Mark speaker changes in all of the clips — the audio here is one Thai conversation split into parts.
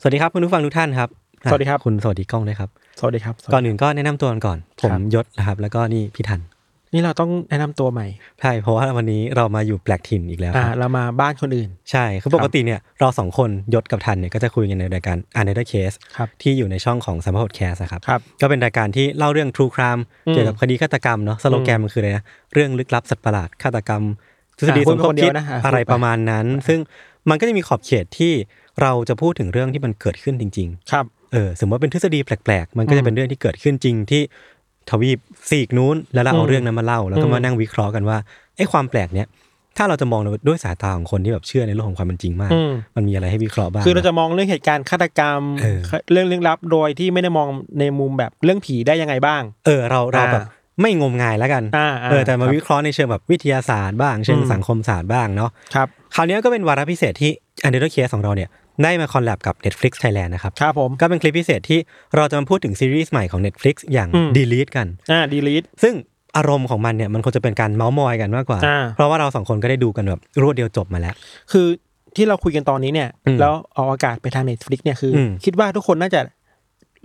Speaker 1: สวัสดีครับคุณผู้ฟังทุกท่านครับ
Speaker 2: สวัสดีครับ
Speaker 1: คุณสวัสดีกล้องด้วยครับ
Speaker 2: สวัสดีครับ
Speaker 1: ก่อนอื่นก็แนะนำตัวกันก่อน ผม
Speaker 2: ครับ
Speaker 1: ยศนะครับ แล้วก็นี่พี่ทัน
Speaker 2: นี่เราต้องแนะนำตัวใหม่
Speaker 1: ใช่เพราะว่าวันนี้เรามาอยู่แปลกถิ่นอีกแล้ว
Speaker 2: อ่า
Speaker 1: ครับ
Speaker 2: เรามาบ้านคนอื่น
Speaker 1: ใช่คือปกติเนี่ยเราสองคนยศกับทันเนี่ยก็จะคุยกันในรายการ Another Case
Speaker 2: ครับ
Speaker 1: ที่อยู่ในช่องของสัมภาษณ์แคสครับ
Speaker 2: ครับ
Speaker 1: ก็เป็นรายการที่เล่าเรื่อง True Crime
Speaker 2: อืม
Speaker 1: เกี่ยวกับคดีฆาตกรรมเนาะสโลแกนมันคืออะไรนะเรื่องลึกลับสัตว์ประหลาดฆาตกรรมทฤษฎี
Speaker 2: อ่ะ
Speaker 1: ส
Speaker 2: พู
Speaker 1: ม
Speaker 2: ด
Speaker 1: ค
Speaker 2: มา
Speaker 1: บ
Speaker 2: คนเดี
Speaker 1: คิ
Speaker 2: ย
Speaker 1: ด
Speaker 2: วนะอ่ะ
Speaker 1: อะไร
Speaker 2: พูดไป
Speaker 1: ประมาณนั้น ซึ่งมันก็จะมีขอบเขตที่เราจะพูดถึงเรื่องที่มันเกิดขึ้นจริง ๆ
Speaker 2: ครับ
Speaker 1: เออสมมติว่าเป็นทฤษฎีแปลก ๆ มันก็
Speaker 2: อื
Speaker 1: จะ
Speaker 2: ม
Speaker 1: เป็นเรื่องที่เกิดขึ้นจริงที่ทวีปซีกนู้น แล้วเราเอา
Speaker 2: อืม
Speaker 1: เรื่องนั้นมาเล่า แล้วก็
Speaker 2: อืม
Speaker 1: มานั่งวิเคราะห์กันว่าไอ้ความแปลกเนี้ยถ้าเราจะมองด้วยสายตาของคนที่แบบเชื่อในโลกของความเป็นจริงมาก
Speaker 2: อืม
Speaker 1: มันมีอะไรให้วิเคราะห์บ้าง
Speaker 2: คือเราจะมองเรื่องเหตุการณ์ฆาตกรรม
Speaker 1: เออ
Speaker 2: เรื่องลึกลับโดยที่ไม่ได้มองในมุมแบบเรื่องผีได้ยังไงบ้าง
Speaker 1: เออเราเรา
Speaker 2: อ่า
Speaker 1: แบบไม่งมงายแล้วกัน
Speaker 2: อ่า
Speaker 1: เออแต่มาวิ
Speaker 2: ค
Speaker 1: เคราะห์ในเชิงแบบวิทยาศาสตร์บ้างเชิง
Speaker 2: อืม
Speaker 1: สังคมศาสตร์บ้างเนาะ
Speaker 2: ครับ
Speaker 1: คราวนี้ก็เป็นวาระพิเศษที่อันเดอร์เคสของเราเนี่ยได้มาคอลแลบกับ Netflix Thailand นะครับ
Speaker 2: ครับผม
Speaker 1: ก็เป็นคลิปพิเศษที่เราจะมาพูดถึงซีรีส์ใหม่ของ Netflix อย่าง
Speaker 2: อืม
Speaker 1: Delete กัน
Speaker 2: อ่า ดีลิท
Speaker 1: ซึ่งอารมณ์ของมันเนี่ยมันควรจะเป็นการเมาส์มอยกันมากกว่า
Speaker 2: อ่า
Speaker 1: เพราะว่าเราสองคนก็ได้ดูกันแบบรวดเดียวจบมาแล้ว
Speaker 2: คือที่เราคุยกันตอนนี้เนี่ย
Speaker 1: อืม
Speaker 2: แล้วออกอากาศไปทาง Netflix เนี่ยคืออ
Speaker 1: ม
Speaker 2: คิดว่าทุกคนน่าจะ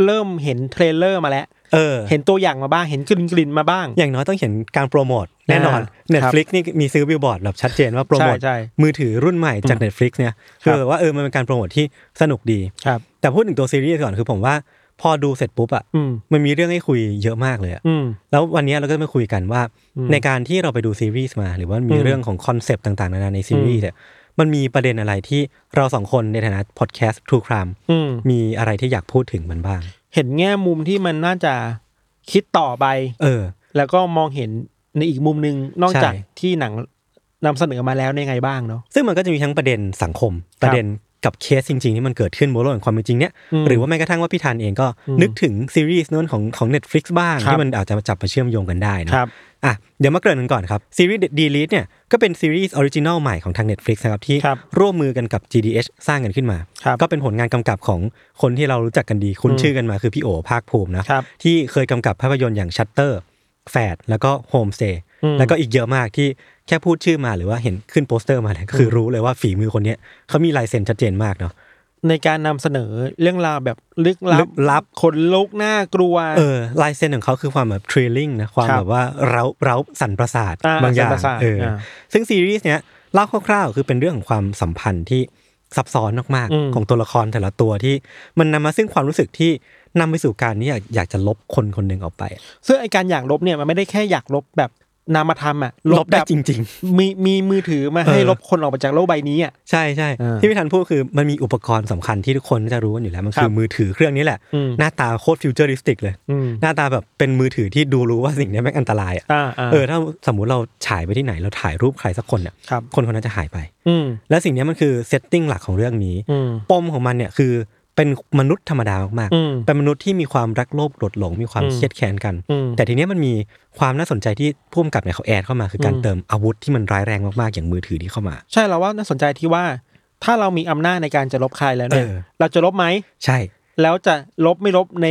Speaker 2: เริ่มเห็นเทรลเลอร์มาแล้ว
Speaker 1: เออ
Speaker 2: เห็นตัวอย่างมาบ้าง เห็นกลิ่นกลิ่นๆมาบ้าง
Speaker 1: อย่างน้อยต้องเห็นการโปรโมทแน่นอน
Speaker 2: อ่า
Speaker 1: Netflix นี่มีซื้อบิลบอร์ดแบบชัดเจนว่าโปรโม
Speaker 2: ใช่
Speaker 1: ท
Speaker 2: ใช่
Speaker 1: มือถือรุ่นใหม่จาก Netflix เนี่ย
Speaker 2: ครั
Speaker 1: คื
Speaker 2: บ
Speaker 1: อแบบว่าเออมันเป็นการโปรโมทที่สนุกดี
Speaker 2: ครับ
Speaker 1: แต่พูดถึงตัวซีรีส์ก่อนคือผมว่าพอดูเสร็จปุ๊บอ่ะ
Speaker 2: อืม
Speaker 1: มันมีเรื่องให้คุยเยอะมากเลยอะ
Speaker 2: อืม
Speaker 1: แล้ววันนี้เราก็จะมาคุยกันว่า
Speaker 2: อืม
Speaker 1: ในการที่เราไปดูซีรีส์มา หรือว่ามี
Speaker 2: อืม
Speaker 1: เรื่องของคอนเซปต์ต่างๆนานาในซีรีส์เนี่ยมันมีประเด็นอะไรที่เราสองคนในฐานะพอดแคสต์ True Crime
Speaker 2: อืม
Speaker 1: มีอะไรที่อยากพูดถึงมันบ้าง
Speaker 2: เห็นแง่มุมที่มันน่าจะคิดต่อไป
Speaker 1: เออ
Speaker 2: แล้วก็มองเห็นในอีกมุมหนึ่งนอก
Speaker 1: ใช่
Speaker 2: จากที่หนังนำเสนอมาแล้วในยไงบ้างเนาะ
Speaker 1: ซึ่งมันก็จะมีทั้งประเด็นสังคม
Speaker 2: ครับ
Speaker 1: ประเด็นกับเคสจริง ๆ ที่มันเกิดขึ้นบนโลกแห่งความเป็นจริงเนี้ย
Speaker 2: อืม
Speaker 1: หรือว่าแม้กระทั่งว่าพี่ธันเองก็
Speaker 2: อืม
Speaker 1: นึกถึงซีรีส์นู้นของของ Netflix บ้าง
Speaker 2: ครับ
Speaker 1: ที่มันอาจจะจับมาเชื่อมโยงกันได้เนอะ
Speaker 2: ครับ
Speaker 1: อ่ะเดี๋ยวมาเกริ่นกันก่อนครับ ซีรีส์ Delete เนี่ยก็เป็นซีรีส์ออริจินอลใหม่ของทาง Netflix นะครับที่
Speaker 2: ครับ
Speaker 1: ร่วมมือกันกับ GDH สร้างกันขึ้นมา
Speaker 2: ครับ
Speaker 1: ก็เป็นผลงานกำกับของคนที่เรารู้จักกันดีคุ้น
Speaker 2: อืม
Speaker 1: ชื่อกันมาคือพี่โอภาคภูมินะ
Speaker 2: ครับ
Speaker 1: ที่เคยกำกับภาพยนตร์อย่างชัตเตอร์แฟดแล้วก็โฮมสเตย์
Speaker 2: อืม
Speaker 1: แล้วก็อีกเยอะมากที่แค่พูดชื่อมาหรือว่าเห็นขึ้นโปสเตอร์มาเนี่ยก็คืออรู้เลยว่าฝีมือคนเนี้ยเขามีลายเซ็นชัดเจนมากเนาะ
Speaker 2: ในการนำเสนอเรื่องราวแบบลึกลั
Speaker 1: ลึ
Speaker 2: บ
Speaker 1: กลับ
Speaker 2: ขนลุกน่ากลัว
Speaker 1: เออลายเซ็นของเขาคือความแบบทริลลิ่งนะความ
Speaker 2: ครับ
Speaker 1: แบบว่าเร้าเร้าสันประสาท
Speaker 2: อ่า
Speaker 1: บางอย่าง
Speaker 2: สันประสาท
Speaker 1: เอออา ซึ่งซีรีส์เนี้ยเล่าคร่าวๆ คือเป็นเรื่องของความสัมพันธ์ที่ซับซ้อนมาก
Speaker 2: อืม
Speaker 1: ๆของตัวละครแต่ละตัวที่มันนำมาซึ่งความรู้สึกที่นำไปสู่การที่อยากอยากจะลบคนคนหนึ่งออกไปอะ
Speaker 2: ซึ่งไอการอยากลบเนี่ยมันไม่ได้แค่อยากลบแบบนามธรรมอะ
Speaker 1: ลบได้
Speaker 2: แบบ
Speaker 1: จริง ๆ
Speaker 2: มีมีมือถือมา
Speaker 1: เออ
Speaker 2: ให้ลบคนออกไปจากโลกใบนี้อะ
Speaker 1: ใช่ใช่
Speaker 2: อ่า
Speaker 1: ที่พี่ทันพูดคือมันมีอุปกรณ์สำคัญที่ทุกคนน่าจะรู้กันอยู่แล้ว มัน
Speaker 2: ครับ
Speaker 1: คือมือถือเครื่องนี้แหละ
Speaker 2: อืม
Speaker 1: หน้าตาโคตรฟิวเจอริสติกเลย
Speaker 2: อืม
Speaker 1: หน้าตาแบบเป็นมือถือที่ดูรู้ว่าสิ่งเนี้ยแม่งอันตรายอ่ะ
Speaker 2: อ่าอ่า
Speaker 1: เออถ้าสมมุติเราฉายไปที่ไหนเราถ่ายรูปใครสักคนเนี่ย
Speaker 2: ครับ
Speaker 1: คนคนนั้นจะหายไป
Speaker 2: อืม
Speaker 1: และสิ่งเนี้ยมันคือเซตติ้งหลักของเรื่องนี้
Speaker 2: อืม
Speaker 1: ปมของมันเนี่ยคือเป็นมนุษย์ธรรมดามาก
Speaker 2: อืม
Speaker 1: ๆเป็นมนุษย์ที่มีความรักโลภโกรธหลงมีความ
Speaker 2: อืม
Speaker 1: เครียดแค้นกัน
Speaker 2: อืม
Speaker 1: แต่ทีเนี้ยมันมีความน่าสนใจที่พุ่มกับเนี่ยเขาแอดเข้ามาคือการ
Speaker 2: อืม
Speaker 1: เติมอาวุธที่มันร้ายแรงมากๆอย่างมือถือที่เข้ามา
Speaker 2: ใช่เราว่าน่าสนใจที่ว่า ถ้าเรามีอำนาจในการจะลบใครแล้วเนี่ย
Speaker 1: เออ
Speaker 2: เราจะลบไหม
Speaker 1: ใช่
Speaker 2: แล้วจะลบไม่ลบใน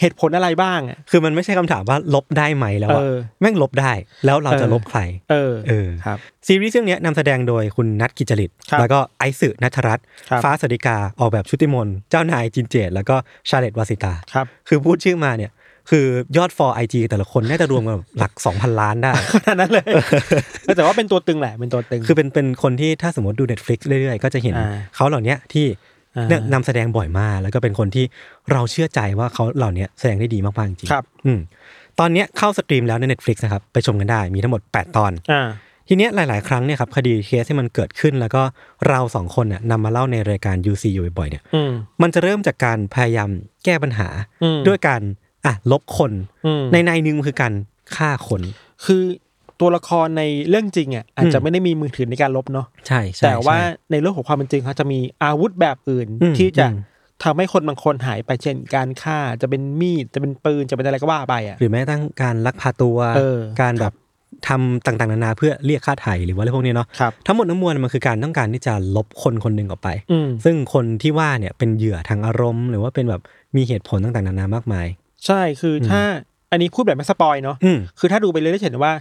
Speaker 2: เหตุผลอะไรบ้างอะ
Speaker 1: คือมันไม่ใช่คำถามว่าลบได้ไหมแล้วอะ
Speaker 2: เออ
Speaker 1: แม่งลบได้แล้วเราจะ
Speaker 2: เออ
Speaker 1: ลบใคร
Speaker 2: เออ
Speaker 1: เออ
Speaker 2: ครับ
Speaker 1: ซีรีส์เรื่องเนี้ยนำแสดงโดยคุณนัทกิจจริต
Speaker 2: ครับ
Speaker 1: แล้วก็ไอซ์นัทรัตน์
Speaker 2: ครับ
Speaker 1: ฟ้าสวัสดิกา ออกแบบชุติมนต์เจ้านายจินเจต แล้วก็ชาเลตวาสิตา
Speaker 2: ครับ
Speaker 1: คือพูดชื่อมาเนี่ย คือยอดฟอร์ไอจีแต่ละคนน่าจะรวมกันแบบหลัก 2,000 ล้านได้
Speaker 2: ขนาดนั้นเลย แต่ว่าเป็นตัวตึงแหละ เป็นตัวตึง
Speaker 1: คือเป็นเป็นคนที่ถ้าสมมติดู Netflix เรื่อยๆ ก็จะเห็น
Speaker 2: อ่า
Speaker 1: เขาเหล่าเนี้ยที่
Speaker 2: อ่า
Speaker 1: เนี่ยนำแสดงบ่อยมากแล้วก็เป็นคนที่เราเชื่อใจว่าเขาเหล่าเนี้ยแสดงได้ดีมากๆจริง
Speaker 2: ครับ
Speaker 1: อืมตอนเนี้ยเข้าสตรีมแล้วใน Netflix นะครับ ไปชมกันได้มีทั้งหมด 8 ตอน
Speaker 2: อ่า
Speaker 1: ทีเนี้ยหลาย ๆ ครั้งเนี่ยครับคดีเคสที่มันเกิดขึ้น แล้วก็เราสองคนน่ะนำมาเล่าในรายการ UC อยู่บ่อยๆเนี่ย
Speaker 2: อืม
Speaker 1: มันจะเริ่มจากการพยายามแก้ปัญหา
Speaker 2: อืม
Speaker 1: ด้วยการอ่ะลบคน
Speaker 2: อืม
Speaker 1: ในในหนึ่งคือการฆ่าคน
Speaker 2: คือ ตัวละครในเรื่องจริงอ่ะอาจจะไม่ได้มีมือถือในการลบเนาะ
Speaker 1: ใช่ใช่
Speaker 2: แต่ว่า
Speaker 1: ใช่
Speaker 2: ในเรื่องของความเป็นจริงเขาจะมีอาวุธแบบอื่น
Speaker 1: อืม
Speaker 2: ที่จะ
Speaker 1: อืม
Speaker 2: ทำให้คนบางคนหายไปเช่นการฆ่าจะเป็นมีดจะเป็นปืนจะเป็นอะไรก็ว่าไปอ่ะ
Speaker 1: หรือแม้กระทั้งการลักพาตัว
Speaker 2: เออ
Speaker 1: การแบบทำต่างๆนานาเพื่อเรียกค่าไถ่หรือว่าอะไรพวกเนี้ยเนาะ
Speaker 2: ครับ
Speaker 1: ทั้งหมดทั้งมวลมันคือการต้องการที่จะลบคนคนหนึ่งออกไป
Speaker 2: อืม
Speaker 1: ซึ่งคนที่ว่าเนี่ยเป็นเหยื่อทางอารมณ์ หรือว่าเป็นแบบมีเหตุผลต่างๆนานามากมาย
Speaker 2: ใช่คืออ
Speaker 1: ม
Speaker 2: ถ้าอันนี้พูดแบบไม่สปอยเนาะ
Speaker 1: อืม
Speaker 2: คือถ้าดูไปเรื่อยๆจะเห็นว่า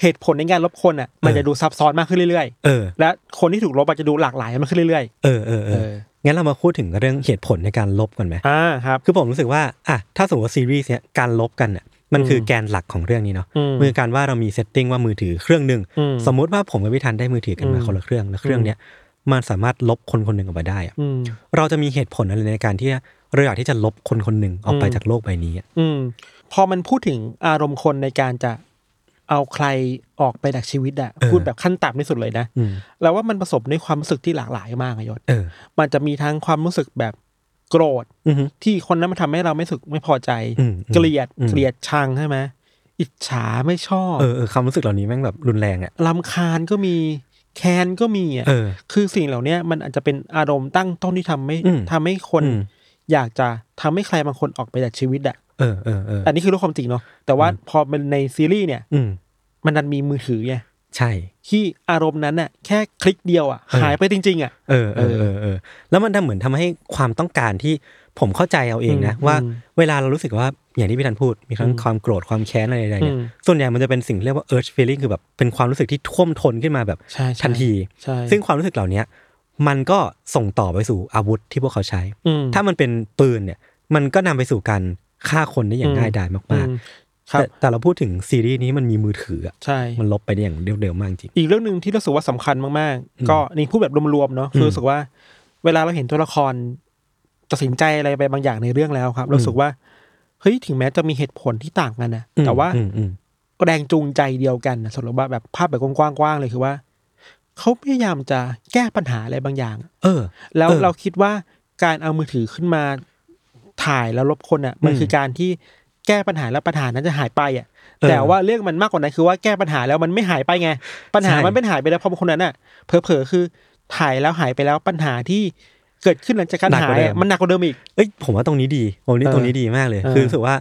Speaker 2: เหตุผลในการลบคนอ่ะ มัน
Speaker 1: เออ
Speaker 2: จะดูซับซ้อนมากขึ้นเรื่อย
Speaker 1: เออ
Speaker 2: ๆ และคนที่ถูกลบอาจจะดูหลากหลายมากขึ้นเรื่อย
Speaker 1: เออเออ
Speaker 2: ๆ
Speaker 1: เอองั้นเรามาพูดถึงเรื่องเหตุผลในการลบก่อนไหม
Speaker 2: อ่าครับ
Speaker 1: คือผมรู้สึกว่าอ่ะถ้าสมมติว่าซีรีส์เนี้ยการลบกันเนี่ยมันคืออ
Speaker 2: ม
Speaker 1: แกนหลักของเรื่องนี้เนาะ
Speaker 2: อืม
Speaker 1: มือการว่าเรามีเซตติ้งว่ามือถือเครื่องหนึ่ง
Speaker 2: อืม
Speaker 1: สมมุติว่าผมกับพี่ธันได้มือถือกันมา
Speaker 2: อืม
Speaker 1: คนละเครื่องแล้วเครื่องเนี้ยมันสามารถลบคนคนหนึ่งออกไปได้อะ
Speaker 2: อืม
Speaker 1: เราจะมีเหตุผลอะไรในการที่เราอยากที่จะลบคนคนหนึ่งออกไป
Speaker 2: อืม
Speaker 1: จากโลกใบนี้อะ
Speaker 2: อืม พอมันพูดถึงอารมณ์คนในการจะเอาใครออกไปจากชีวิตอะพูดแบบขั้นต่ำที่สุดเลยนะ
Speaker 1: อืม
Speaker 2: แล้วว่ามันผสมด้วยความรู้สึกที่หลากหลายมากอะยศ
Speaker 1: เออ
Speaker 2: มันจะมีทั้งความรู้สึกแบบโกรธ
Speaker 1: อือฮึ
Speaker 2: ที่คนนั้นมันทำให้เราไม่สุขไม่พอใจ
Speaker 1: อืมอืม
Speaker 2: เกลียด
Speaker 1: อืม
Speaker 2: เกลียดชังใช่ไหมอิจฉาไม่ชอบ
Speaker 1: เออเออความรู้สึกเหล่านี้แม่งแบบรุนแรงอ่ะ
Speaker 2: ลำคาญก็มีแค้นก็มีอะ
Speaker 1: เออ
Speaker 2: คือสิ่งเหล่าเนี้ยมันอาจจะเป็นอารมณ์ตั้งต้นที่ทำให้
Speaker 1: อืม
Speaker 2: ทำให้คน
Speaker 1: อืม
Speaker 2: อยากจะทำให้ใครบางคนออกไปจากชีวิตอะ
Speaker 1: เออเออเออ
Speaker 2: อันนี้คือเรื่องความจริงเนาะแต่ว่าพอเป็นในซีรีส์เนี่ย
Speaker 1: อืม
Speaker 2: มันดันมีมือถือไง
Speaker 1: ใช่
Speaker 2: ที่อารมณ์นั้นน่ะแค่คลิกเดียวอ่ะ
Speaker 1: เออ
Speaker 2: หายไปจริง ๆ อ่ะ
Speaker 1: เออเออเออเออแล้วมันทำเหมือนทำให้ความต้องการที่ผมเข้าใจเอาเองนะ
Speaker 2: อืม
Speaker 1: ว่า
Speaker 2: อืม
Speaker 1: เวลาเรารู้สึกว่าอย่างที่พี่ธันพูดมีทั้ง
Speaker 2: อืม
Speaker 1: ความโกรธความแค้นอะไรใดๆเนี่ย
Speaker 2: อืม
Speaker 1: ส่วนใหญ่มันจะเป็นสิ่งเรียกว่า urge feeling คือแบบเป็นความรู้สึกที่ท่วมท้นขึ้นมาแบบ
Speaker 2: ใช่ใช่
Speaker 1: ทันที
Speaker 2: ใช่
Speaker 1: ซึ่งความรู้สึกเหล่านี้มันก็ส่งต่อไปสู่อาวุธที่พวกเขาใช้
Speaker 2: อืม
Speaker 1: ถ้ามันเป็นปืนเนี่ยมันก็นำไปสู่การฆ่าคนได้อย่างง่ายดาย
Speaker 2: อื
Speaker 1: มาก
Speaker 2: ม
Speaker 1: ๆ
Speaker 2: ครับ
Speaker 1: แต่แต่เราพูดถึงซีรีส์นี้มันมีมือถืออะ
Speaker 2: ใช่
Speaker 1: มันลบไปได้อย่างเร็วๆมากจริง
Speaker 2: อีกเรื่องหนึ่งที่รู้สึกว่าสำคัญมาก
Speaker 1: อืม
Speaker 2: ๆ ก็นี่พูดแบบรวมๆเนาะ
Speaker 1: อืม
Speaker 2: คือรู้สึกว่า เวลาเราเห็นตัวละครตัดสินใจอะไรไปบางอย่างในเรื่องแล้วครับ
Speaker 1: อืม
Speaker 2: รู้สึกว่าเฮ้ยถึงแม้จะมีเหตุผลที่ต่างกันนะแต่ว่า
Speaker 1: อืมอืม
Speaker 2: แรงจูงใจเดียวกันนะสำหรับว่าแบบภาพแบบกว้างๆเลยคือว่าเขาพยายามจะแก้ปัญหาอะไรบางอย่าง
Speaker 1: เออ
Speaker 2: แล้ว
Speaker 1: เออ
Speaker 2: เราคิดว่าการเอามือถือขึ้นมาถ่ายแล้วลบคนอ่ะ มัน
Speaker 1: อืม
Speaker 2: คือการที่แก้ปัญหาแล้วปัญหานั้นจะหายไปอ่ะ
Speaker 1: เออ
Speaker 2: แต่ว่าเรื่องมันมากกว่านั้นคือว่าแก้ปัญหาแล้วมันไม่หายไปไง ปัญหา
Speaker 1: ใช่
Speaker 2: มันเป็นหายไปแล้วเพราะคนนั้นอ่ะเผลอๆคือถ่ายแล้วหายไปแล้วปัญหาที่เกิดขึ้นหลังจากการหายอะมันหนักกว่าเดิมอีก
Speaker 1: เอ้ยผมว่าตรงนี้ดีผมนี่
Speaker 2: เออ
Speaker 1: ตรงนี้ดีมากเลย
Speaker 2: เออ
Speaker 1: คือรู้สึกว่า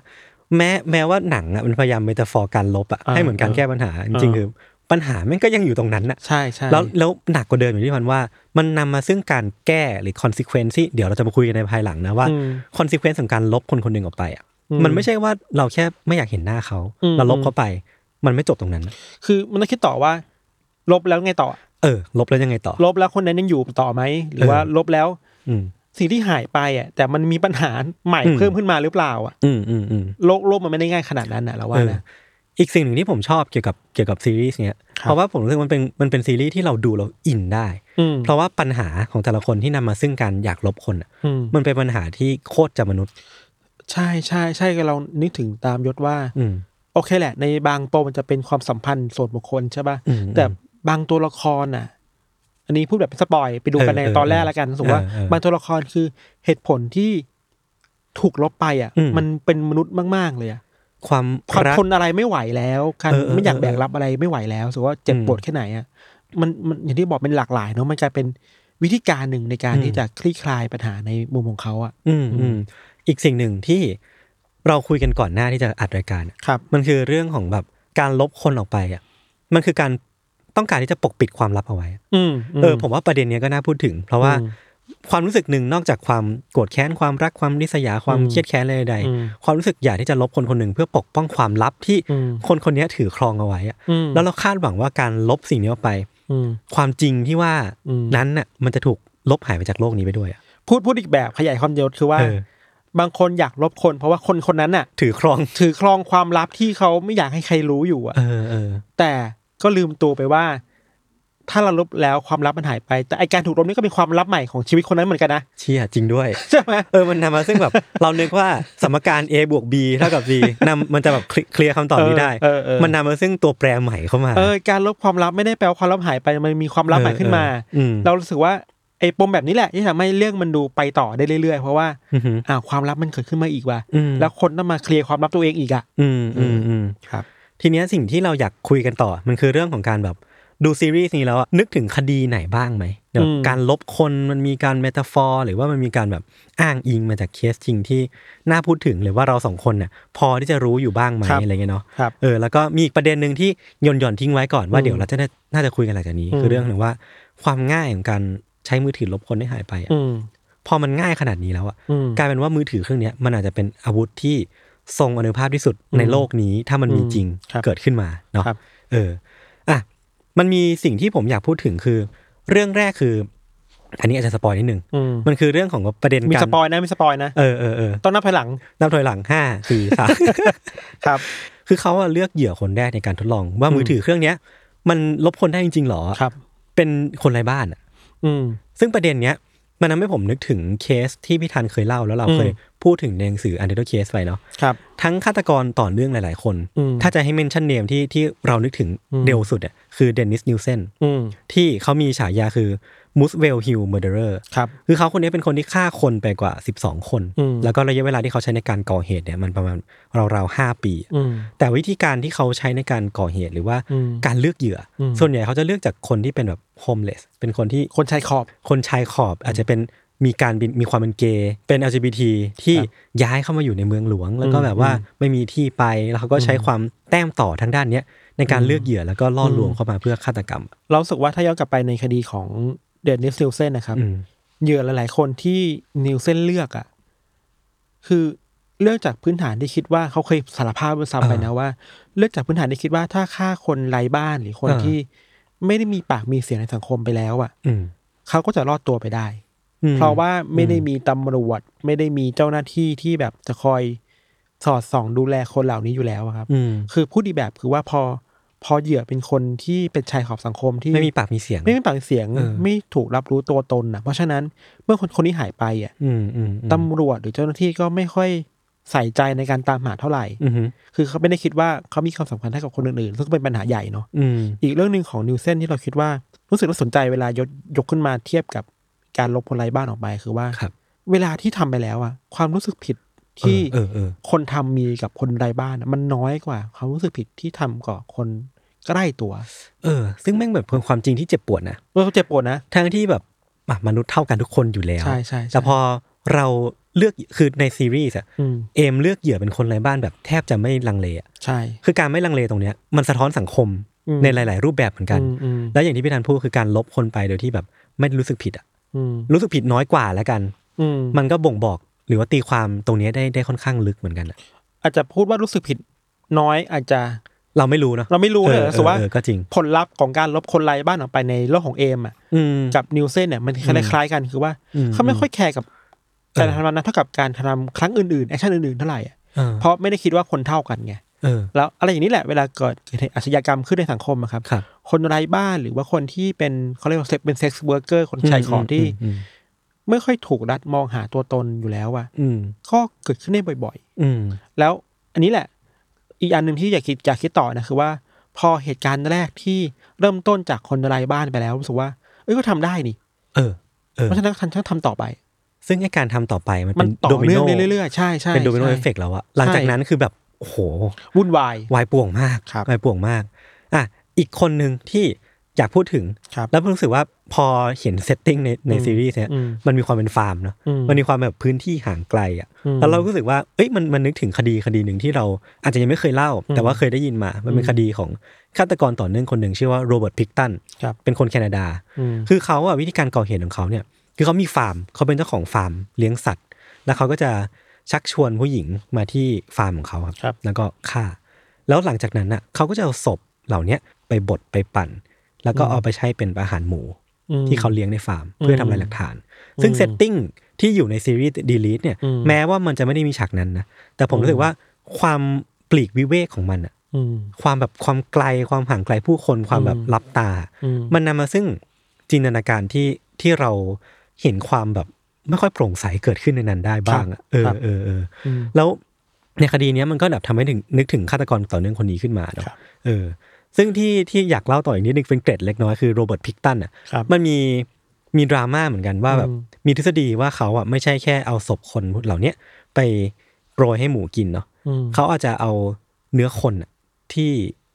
Speaker 1: แม้แม้ว่าหนังอ่ะมันพยายามเมตาฟอร์การลบอ่ะ
Speaker 2: เออ
Speaker 1: ให้เหมือนการ
Speaker 2: เออ
Speaker 1: แก้ปัญหาจริงๆ
Speaker 2: เออ
Speaker 1: คือปัญหาแม่งก็ยังอยู่ตรงนั้นอ่ะ
Speaker 2: ใช่ใช่
Speaker 1: แล้วแล้วหนักกว่าเดิมอย่างที่พันว่า มันนำมาซึ่งการแก้หรือ consequence ที่เดี๋ยวเราจะมาคุยกันในภายหลังนะว่า
Speaker 2: อืม
Speaker 1: consequence ของการลบคนคนหนึ่งออกไปอ่ะ
Speaker 2: อืม
Speaker 1: มันไม่ใช่ว่าเราแค่ไม่อยากเห็นหน้าเขา
Speaker 2: อืม
Speaker 1: เราลบเขาไป มันไม่จบตรงนั้นนะ
Speaker 2: คือมันต้องคิดต่อว่า ลบแล้วไงต่อ
Speaker 1: เออ ลบแล้วยังไงต่อ
Speaker 2: ลบแล้วคนนั้นยังอยู่ต่อไหมหรือว่า
Speaker 1: เออ
Speaker 2: ลบแล้ว
Speaker 1: อืม
Speaker 2: สิ่งที่หายไปอ่ะ แต่มันมีปัญหาใหม่
Speaker 1: อืม
Speaker 2: เพิ่มขึ้นมาหรือเปล่าอ่ะ
Speaker 1: อืมอืมอืม
Speaker 2: โลกโลกมันไม่ได้ง่ายขนาดนั้นนะเราว่านะ
Speaker 1: เอีกสิ่งหนึ่งที่ผมชอบเกี่ยวกับเกี่ยวกับซีรีส์เนี้ย
Speaker 2: ครับ
Speaker 1: เพราะว่าผมรู้สึกมันเป็นมันเป็นซีรีส์ที่เราดูเราอินได้
Speaker 2: ม
Speaker 1: เพราะว่าปัญหาของแต่ละคนที่นำมาซึ่งการอยากลบคนอะ
Speaker 2: อืม
Speaker 1: มันเป็นปัญหาที่โคตรจะมนุษย์
Speaker 2: ใช่ใช่ใช่เรานึกถึงตามยศว่า
Speaker 1: อืม
Speaker 2: โอเคแหละ ในบางปมมันจะเป็นความสัมพันธ์ส่วนบุคคลใช่ป่ะ
Speaker 1: อืม
Speaker 2: แต่บางตัวละครน่ะ อันนี้พูดแบบเป็นสปอยไปดูกัน
Speaker 1: เออ
Speaker 2: ใน
Speaker 1: เออ
Speaker 2: ตอนแรกแล้วกันรู้สมมติว่า
Speaker 1: เออเออบ
Speaker 2: างตัวละครคือเหตุผลที่ถูกลบไปอ่ะ
Speaker 1: อืม
Speaker 2: มันเป็นมนุษย์มากๆเลยอ่ะ
Speaker 1: ความ
Speaker 2: ความ
Speaker 1: รัก
Speaker 2: ทนอะไรไม่ไหวแล้วการ
Speaker 1: เออเออ
Speaker 2: ไม่อยาก
Speaker 1: เออ
Speaker 2: แบกรับอะไรไม่ไหวแล้วรู้สึกว่าเจ็บ
Speaker 1: อืม
Speaker 2: ปวดแค่ไหนอ่ะมันมันอย่างที่บอกเป็นหลากหลายเนาะมันกลายเป็นวิธีการหนึ่งในการ
Speaker 1: อืม
Speaker 2: ที่จะคลี่คลายปัญหาในมุมของเขาอ่ะ
Speaker 1: อืมอืมอีกสิ่งหนึ่งที่เราคุยกันก่อนหน้าที่จะอัดรายการอะ
Speaker 2: ครับ
Speaker 1: มันคือเรื่องของแบบการลบคนออกไปอ่ะมันคือการต้องการที่จะปกปิดความลับเอาไว้อะ
Speaker 2: อืม
Speaker 1: เออผมว่าประเด็นเนี้ยก็น่าพูดถึง เพราะว่า
Speaker 2: อืม
Speaker 1: ความรู้สึกหนึ่งนอกจากความโกรธแค้นความรักความริษยาความ
Speaker 2: อืม
Speaker 1: เครียดแค้นอะไรใดๆ
Speaker 2: อืม
Speaker 1: ความรู้สึกอยากที่จะลบคนคนหนึ่งเพื่อปกป้องความลับที่
Speaker 2: อืม
Speaker 1: คนคนเนี้ยถือครองเอาไว้อะ
Speaker 2: อืม
Speaker 1: แล้วเราคาดหวังว่าการลบสิ่งนี้ออกไป
Speaker 2: อืม
Speaker 1: ความจริงที่ว่า
Speaker 2: อืม
Speaker 1: นั้นน่ะมันจะถูกลบหายไปจากโลกนี้ไปด้วยอะ
Speaker 2: พูดพูดอีกแบบขยายความเดียวคือว่า
Speaker 1: เออบ
Speaker 2: างคนอยากลบคน เพราะว่าคนคนนั้นน่ะ
Speaker 1: ถือครอง
Speaker 2: ถือครองความลับที่เขาไม่อยากให้ใครรู้อยู่อะ
Speaker 1: เออเออ
Speaker 2: แต่ก็ลืมตัวไปว่า ถ้าเราลบแล้วความลับมันหายไป แต่ไอการถูกลบนี่ก็เป็นความลับใหม่ของชีวิตคนนั้นเหมือนกันนะ
Speaker 1: เชี่ยจริงด้วย
Speaker 2: ใช่ไหม
Speaker 1: เออมันนำมาซึ่งแบบ เรานึกว่าสมการ A บวก B เท่ากับ C นำมันจะแบบเคลียร์คำตอบนี้ได้
Speaker 2: เออเออเออ
Speaker 1: มันนำมาซึ่งตัวแปรใหม่เข้ามา
Speaker 2: เออการลบความลับไม่ได้แปลว่าความลับหายไปมันมีความลับใหม่ขึ้นมา
Speaker 1: เอออืม
Speaker 2: เรารู้สึกว่าไอปมแบบนี้แหละที่ทำให้เรื่องมันดูไปต่อได้เรื่อยๆเพราะว่า
Speaker 1: อือหือ
Speaker 2: อ่าความลับมันเกิดขึ้นมาอีกว่ะ
Speaker 1: อืม
Speaker 2: แล้วคนต้องมาเคลียร์ความลับตัวเองอีกอะ
Speaker 1: อืมอืมอืม
Speaker 2: ครับ
Speaker 1: ทีเนี้ยสิ่งที่เราอยากคุยกันต่อ มันคือเรื่องของการแบบดูซีรีส์นี้แล้วอะนึกถึงคดีไหนบ้างไหมแบบ
Speaker 2: อืม
Speaker 1: การลบคนมันมีการเมตาฟอร์หรือว่ามันมีการแบบอ้างอิงมาจากเคสจริงที่น่าพูดถึงหรือว่าเราสองคนเนี่ยพอที่จะรู้อยู่บ้างไหม
Speaker 2: ครับ
Speaker 1: อะไรเงี้ยเนาะ
Speaker 2: ครับ
Speaker 1: เออแล้วก็มีอีกประเด็นหนึ่งที่หย่อนหย่อนๆทิ้งไว้ก่อนว่า
Speaker 2: อืม
Speaker 1: เดี๋ยวเราจะได้น่าจะคุยกันหลังจากนี้
Speaker 2: อืม
Speaker 1: คือเรื่องหนึ่งว่าความง่ายของการใช้มือถือลบคนให้หายไปอะ
Speaker 2: อืม
Speaker 1: พอมันง่ายขนาดนี้แล้วอะ
Speaker 2: อืม
Speaker 1: กลายเป็นว่ามือถือเครื่องเนี้ยมันอาจจะเป็นอาวุธที่ทรงอนุภาพที่สุด
Speaker 2: อืม
Speaker 1: ในโลกนี้ถ้ามันมีจริง
Speaker 2: ครับ
Speaker 1: เกิดขึ้นมาเนาะ
Speaker 2: ครับ
Speaker 1: เอออ่ะมันมีสิ่งที่ผมอยากพูดถึงคือ เรื่องแรกคือ อันนี้อาจจะสปอยนิดนึง
Speaker 2: อืม
Speaker 1: มันคือเรื่องของประเด็น
Speaker 2: มี
Speaker 1: การ
Speaker 2: สปอยนะมีสปอยนะ
Speaker 1: เออเออเออ
Speaker 2: ต้องนับภายหลัง
Speaker 1: นับถอยหลังห้าสี่สาม
Speaker 2: ครับ
Speaker 1: คือเขาอะเลือกเหยื่อคนแรกในการทดลองว่า
Speaker 2: อืม
Speaker 1: มือถือเครื่องเนี้ย มันลบคนได้จริงๆหรอ
Speaker 2: ครับ
Speaker 1: เป็นคนไร้บ้านอะ
Speaker 2: อืม
Speaker 1: ซึ่งประเด็นเนี้ย มันทำให้ผมนึกถึงเคสที่พี่ธันเคยเล่าแล้วเรา
Speaker 2: อืม
Speaker 1: เคยพูดถึงในหนังสือ Untitled Case ไปเนาะ
Speaker 2: ครับ
Speaker 1: ทั้งฆาตกรต่อเนื่องหลายๆคน
Speaker 2: อืม
Speaker 1: ถ้าจะให้เมนชั่นเนมที่ที่เรานึกถึง
Speaker 2: อืม
Speaker 1: เร็วสุดอ่ะคือเดนนิสนิวเซน
Speaker 2: อืม
Speaker 1: ที่เขามีฉายาคือ Muswell Hill Murderer
Speaker 2: ครับ
Speaker 1: คือเขาคนนี้เป็นคนที่ฆ่าคนไปกว่า 12 คน
Speaker 2: อืม
Speaker 1: แล้วก็ระยะเวลาที่เขาใช้ในการก่อเหตุเนี่ยมันประมาณราวๆห้าปี
Speaker 2: อืม
Speaker 1: แต่วิธีการที่เขาใช้ในการก่อเหตุหรือว่า
Speaker 2: อืม
Speaker 1: การเลือกเหยื่ออ
Speaker 2: ม
Speaker 1: ส่วนใหญ่เขาจะเลือกจากคนที่เป็นแบบโฮมเลสเป็นคนที่
Speaker 2: คนชายขอบ
Speaker 1: คนชายขอบอาจจะเป็นมีการบินมีความเป็นเกย์เป็น LGBT ที่
Speaker 2: ครับ
Speaker 1: ย้ายเข้ามาอยู่ในเมืองหลวง แล้วก็
Speaker 2: อืม
Speaker 1: แบบว่า
Speaker 2: อืม
Speaker 1: ไม่มีที่ไปแล้วเขาก็ใช้ความแต้มต่อทางด้านเนี้ยในการเลือกเหยื่อแล้วก็ล่ออ
Speaker 2: ม
Speaker 1: ลวงเข้ามาเพื่อฆาตกรรม
Speaker 2: เรารู้สึกว่าถ้าย้อนกลับไปในคดีของเดนนิสซิลเซนนะครับ
Speaker 1: อืม
Speaker 2: เหยื่อหลาย ๆ คนที่นิวเซนเลือกอะ่ะคือเลือกจากพื้นฐานที่คิดว่าเขาเคยสารภาพด้วยซ้ำไปนะว่า เลือกจากพื้นฐานที่คิดว่าถ้าฆ่าคนไร้บ้านหรือคนที่ไม่ได้มีปากมีเสียงในสังคมไปแล้วอะ่ะ
Speaker 1: อืม
Speaker 2: เขาก็จะรอดตัวไปได้
Speaker 1: อืม
Speaker 2: เพราะว่าไม่ได้มีตำรวจ ไม่ได้มีเจ้าหน้าที่ที่แบบจะคอยสอดส่องดูแลคนเหล่านี้อยู่แล้วอะครับ
Speaker 1: อืม
Speaker 2: คือพูดอีกแบบคือว่าพอพอเหยื่อเป็นคนที่เป็นชายขอบสังคมที่
Speaker 1: ไม่มีปากมีเสียง
Speaker 2: ไม่มีปากเสียง
Speaker 1: เออ
Speaker 2: ไม่ถูกรับรู้ตัวตนนะเพราะฉะนั้นเมื่อคนคนนี้หายไปอ่ะ
Speaker 1: อืมอืมอืม
Speaker 2: ตำรวจหรือเจ้าหน้าที่ก็ไม่ค่อยใส่ใจในการตามหาเท่าไหร่
Speaker 1: อืม
Speaker 2: คือเขาไม่ได้คิดว่าเขามีความสำคัญให้กับคนอื่นๆซึ่งเป็นปัญหาใหญ่เนาะ
Speaker 1: อืม
Speaker 2: อีกเรื่องหนึ่งของนิวเซนที่เราคิดว่ารู้สึกว่าสนใจเวลายกยกขึ้นมาเทียบกับการลบคนไร้บ้านออกไปคือว่า
Speaker 1: ครับ
Speaker 2: เวลาที่ทำไปแล้วอ่ะความรู้สึกผิดที่
Speaker 1: เออเออ
Speaker 2: คนทำมีกับคนไร้บ้านอะมันน้อยกว่า ความรู้สึกผิดที่ทำกับคนใกล้ตัว
Speaker 1: เออ ซึ่งแม่งแบบเป็นความจริงที่เจ็บปวดนะ
Speaker 2: เออเขาเจ็บปวดนะ
Speaker 1: ทั้งที่แบบอ่ะมนุษย์เท่ากันทุกคนอยู่แล้ว
Speaker 2: ใช่ใช่ใช่
Speaker 1: แต่พอเราเลือกคือในซีรีส์อะ
Speaker 2: ม
Speaker 1: เอมเลือกเหยื่อเป็นคนไร้บ้านแบบแทบจะไม่ลังเลอะ
Speaker 2: ใช่
Speaker 1: คือการไม่ลังเลตรงเนี้ยมันสะท้อนสังคม
Speaker 2: อืม
Speaker 1: ในหลาย ๆ รูปแบบเหมือนกัน
Speaker 2: อืมอืม
Speaker 1: แล้วอย่างที่พี่ธันพูดคือการลบคนไปโดยที่แบบไม่รู้สึกผิดอะ
Speaker 2: อืม
Speaker 1: รู้สึกผิดน้อยกว่าแล้วกัน
Speaker 2: อืม
Speaker 1: มันก็บ่งบอกหรือว่าตีความตรงเนี้ยได้ได้ค่อนข้างลึกเหมือนกันอะ
Speaker 2: อาจจะพูดว่ารู้สึกผิดน้อยอาจจะ
Speaker 1: เราไม่รู้เนาะ
Speaker 2: เราไม่รู้เลยนะสุว่า
Speaker 1: เออก็จริง
Speaker 2: ผลลัพธ์ของการลบคนไร้บ้านออกไปในโลกของเอมอ่ะ
Speaker 1: อืม
Speaker 2: กับนิวเซนเนี่ยมันคล้ายๆกันคือว่า
Speaker 1: อืม
Speaker 2: เขาไม่ค่อยแคร์กับ
Speaker 1: เออ
Speaker 2: การทำนั้นเท่ากับการทำครั้งอื่นๆแอคชั่นอื่นๆเท่าไหร่อะ
Speaker 1: เออ
Speaker 2: เพราะไม่ได้คิดว่าคนเท่ากันไง
Speaker 1: เออ
Speaker 2: แล้วอะไรอย่างนี้แหละเวลาเกิดเกิดเหตุอาชญากรรมขึ้นในสังคมอะครับ
Speaker 1: ครับ
Speaker 2: คนไร้บ้านหรือว่าคนที่เป็นเขาเรียกว่าเป็นเซ็กซ์เวิร์กเกอร์คนชายขอบที่
Speaker 1: อืม
Speaker 2: ไม่ค่อยถูกรัฐมองหาตัวตนอยู่แล้วอะ
Speaker 1: อืม
Speaker 2: ก็เกิดขึ้นได้บ่อย ๆ
Speaker 1: อืม
Speaker 2: แล้วอันนี้แหละ อีกอันหนึ่งที่อยากคิดอยากคิดต่อนะคือว่า พอเหตุการณ์แรกที่เริ่มต้นจากคนไร้บ้านไปแล้วรู้สึกว่า เอ้ยก็ทำได้นี่
Speaker 1: เออเออ
Speaker 2: เพราะฉะนั้นฉันต้องทำต่อไป
Speaker 1: ซึ่งไอการทำต่อไปมัน
Speaker 2: มั
Speaker 1: เป็นน
Speaker 2: ต่อ
Speaker 1: โดมิ
Speaker 2: เนื่
Speaker 1: โน
Speaker 2: องไปเรื่อยๆใช่ใช่
Speaker 1: เป็นโดมิโน
Speaker 2: ใช่
Speaker 1: เอฟเฟกแล้วอะหลังจากนั้นคือแบบ โอ้โห
Speaker 2: วุ่นวาย
Speaker 1: วายป่วงมาก
Speaker 2: ครับ
Speaker 1: วายป่วงมาก อ่ะ อีกคนหนึ่งที่อยากพูดถึง
Speaker 2: ครับ
Speaker 1: แล้วรู้สึกว่าพอเห็นเซตติ้งในใน
Speaker 2: อืม
Speaker 1: ซีรีส์เนี่ย
Speaker 2: อืม
Speaker 1: มันมีความเป็นฟาร์มเนาะ
Speaker 2: อืม
Speaker 1: มันมีความแบบพื้นที่ห่างไกลอะ
Speaker 2: อืม
Speaker 1: แล้วเราก็รู้สึกว่า เอ้ย มันมันนึกถึงคดีคดีหนึ่งที่เราอาจจะยังไม่เคยเล่า
Speaker 2: อืม
Speaker 1: แต่ว่าเคยได้ยินมา มันเป็น
Speaker 2: อืม
Speaker 1: คดีของฆาตกรต่อเนื่องคนหนึ่งชื่อว่าโรเบิร์ตพิกตัน
Speaker 2: ครับ
Speaker 1: เป็นคนแคนาดา
Speaker 2: อืม
Speaker 1: คือเขาอะวิธีการก่อเหตุของเขาเนี่ย คือเขามีฟาร์มเขาเป็นเจ้าของฟาร์มเลี้ยงสัตว์ แล้วเขาก็จะชักชวนผู้หญิงมาที่ฟาร์มของเขาครับ
Speaker 2: ครับ
Speaker 1: แล้วก็ฆ่า แล้วหลังจากนั้นอะเขาก็จะเอาศพเหล่าเนี้ยไปบดไปปั่น แล้วก็
Speaker 2: อืม
Speaker 1: เอาไปใช้เป็นอาหารหมู
Speaker 2: อืม
Speaker 1: ที่เขาเลี้ยงในฟาร์ม เพื่อทำลายหลักฐาน ซึ่ง
Speaker 2: อืม
Speaker 1: เซตติ้งที่อยู่ในซีรีส์ดีลิทเนี่ย
Speaker 2: อืม
Speaker 1: แม้ว่ามันจะไม่ได้มีฉากนั้นนะแต่ผมรู้สึกว่าความปลีกวิเวกของมันอะ
Speaker 2: อืม
Speaker 1: ความแบบความไกลความห่างไกลผู้คนความแบบ
Speaker 2: อืม
Speaker 1: ลับตา
Speaker 2: อืม
Speaker 1: มันนำมาซึ่งจินตนาการที่ที่เราเห็นความแบบไม่ค่อยโปร่งใสเกิดขึ้นในนั้นได้บ้างอะเอ
Speaker 2: ครั
Speaker 1: อบ เออเออ
Speaker 2: อืม
Speaker 1: แล้วในคดีเนี้ยมันก็แบบทำให้ถึงนึกถึงฆาตกรต่อเนื่องคนนี้ขึ้นมาเนาะ
Speaker 2: ครับ
Speaker 1: เออ ซึ่งที่ที่อยากเล่าต่ออีกนิดนึงเป็นเกร็ดเล็กน้อยคือโรเบิร์ตพิกตันอ่ะ
Speaker 2: ครับ
Speaker 1: มันมีมีดราม่าเหมือนกันว่าแบบ
Speaker 2: อืม
Speaker 1: มีทฤษฎีว่าเขาอ่ะไม่ใช่แค่เอาศพคนเหล่าเนี้ยไปโปรยให้หมูกินเนาะ
Speaker 2: อืม
Speaker 1: เขาอาจจะเอาเนื้อคนอะ ที่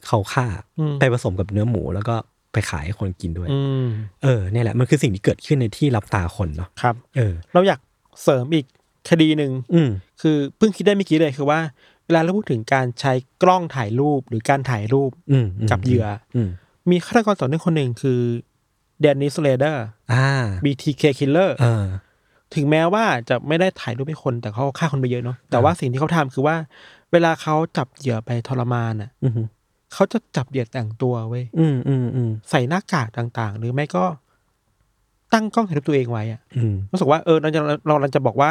Speaker 1: เขาฆ่า
Speaker 2: อืม
Speaker 1: ไปผสมกับเนื้อหมู แล้วก็ไปขายให้คนกินด้วย
Speaker 2: อืม
Speaker 1: เออเนี่ยแหละมันคือสิ่งที่เกิดขึ้นในที่รับตาคนเนาะ
Speaker 2: ครับ
Speaker 1: เออ
Speaker 2: เราอยากเสริมอีกคดีหนึ่ง
Speaker 1: อืม
Speaker 2: คือเพิ่งคิดได้เมื่อกี้เลยคือว่าเวลาเราพูดถึงการใช้กล้องถ่ายรูปหรือการถ่ายรูป
Speaker 1: อืมอืม
Speaker 2: กับเหยื่อ
Speaker 1: อืม
Speaker 2: มีฆาตกรต่อเนื่องคนหนึ่งคือเดนนิสเลเดอร์
Speaker 1: อ่า
Speaker 2: BTK Killer
Speaker 1: เออ
Speaker 2: ถึงแม้ว่าจะไม่ได้ถ่ายรูปให้คนแต่เขาฆ่าคนไปเยอะเนาะแต่ว่าสิ่งที่เขาทำคือว่า เวลาเขาจับเหยื่อไปทรมานอ่ะ
Speaker 1: อืม
Speaker 2: เขาจะจับเหยื่อแต่งตัวเว้ย
Speaker 1: อืมอืมอืม
Speaker 2: ใส่หน้ากากต่างๆ หรือไม่ก็ตั้งกล้องถ่ายรูปตัวเองไว้อะ
Speaker 1: อืม
Speaker 2: รู้สึกว่าเออเราจะเราเราจะบอกว่า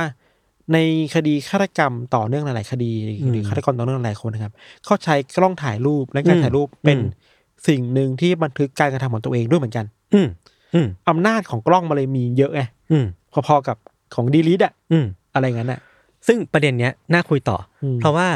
Speaker 2: ในคดีฆาตกรรมต่อเนื่องหลายๆคดี
Speaker 1: อืม
Speaker 2: หรือฆาตกรต่อเนื่องหลายคนนะครับเขาใช้กล้องถ่ายรูปและการ
Speaker 1: อืม
Speaker 2: ถ่ายรูปเป็น
Speaker 1: อืม
Speaker 2: สิ่งหนึ่งที่บันทึกการกระทำของตัวเองด้วยเหมือนกัน
Speaker 1: อืมอืม
Speaker 2: อำนาจของกล้องมาเลยมีเยอะไง
Speaker 1: อืม
Speaker 2: พอๆกับของดีลิทอะ
Speaker 1: อืม
Speaker 2: อะไรงั้นอะ
Speaker 1: ซึ่งประเด็นเนี้ยน่าคุยต่ออ
Speaker 2: ม
Speaker 1: เพราะว่า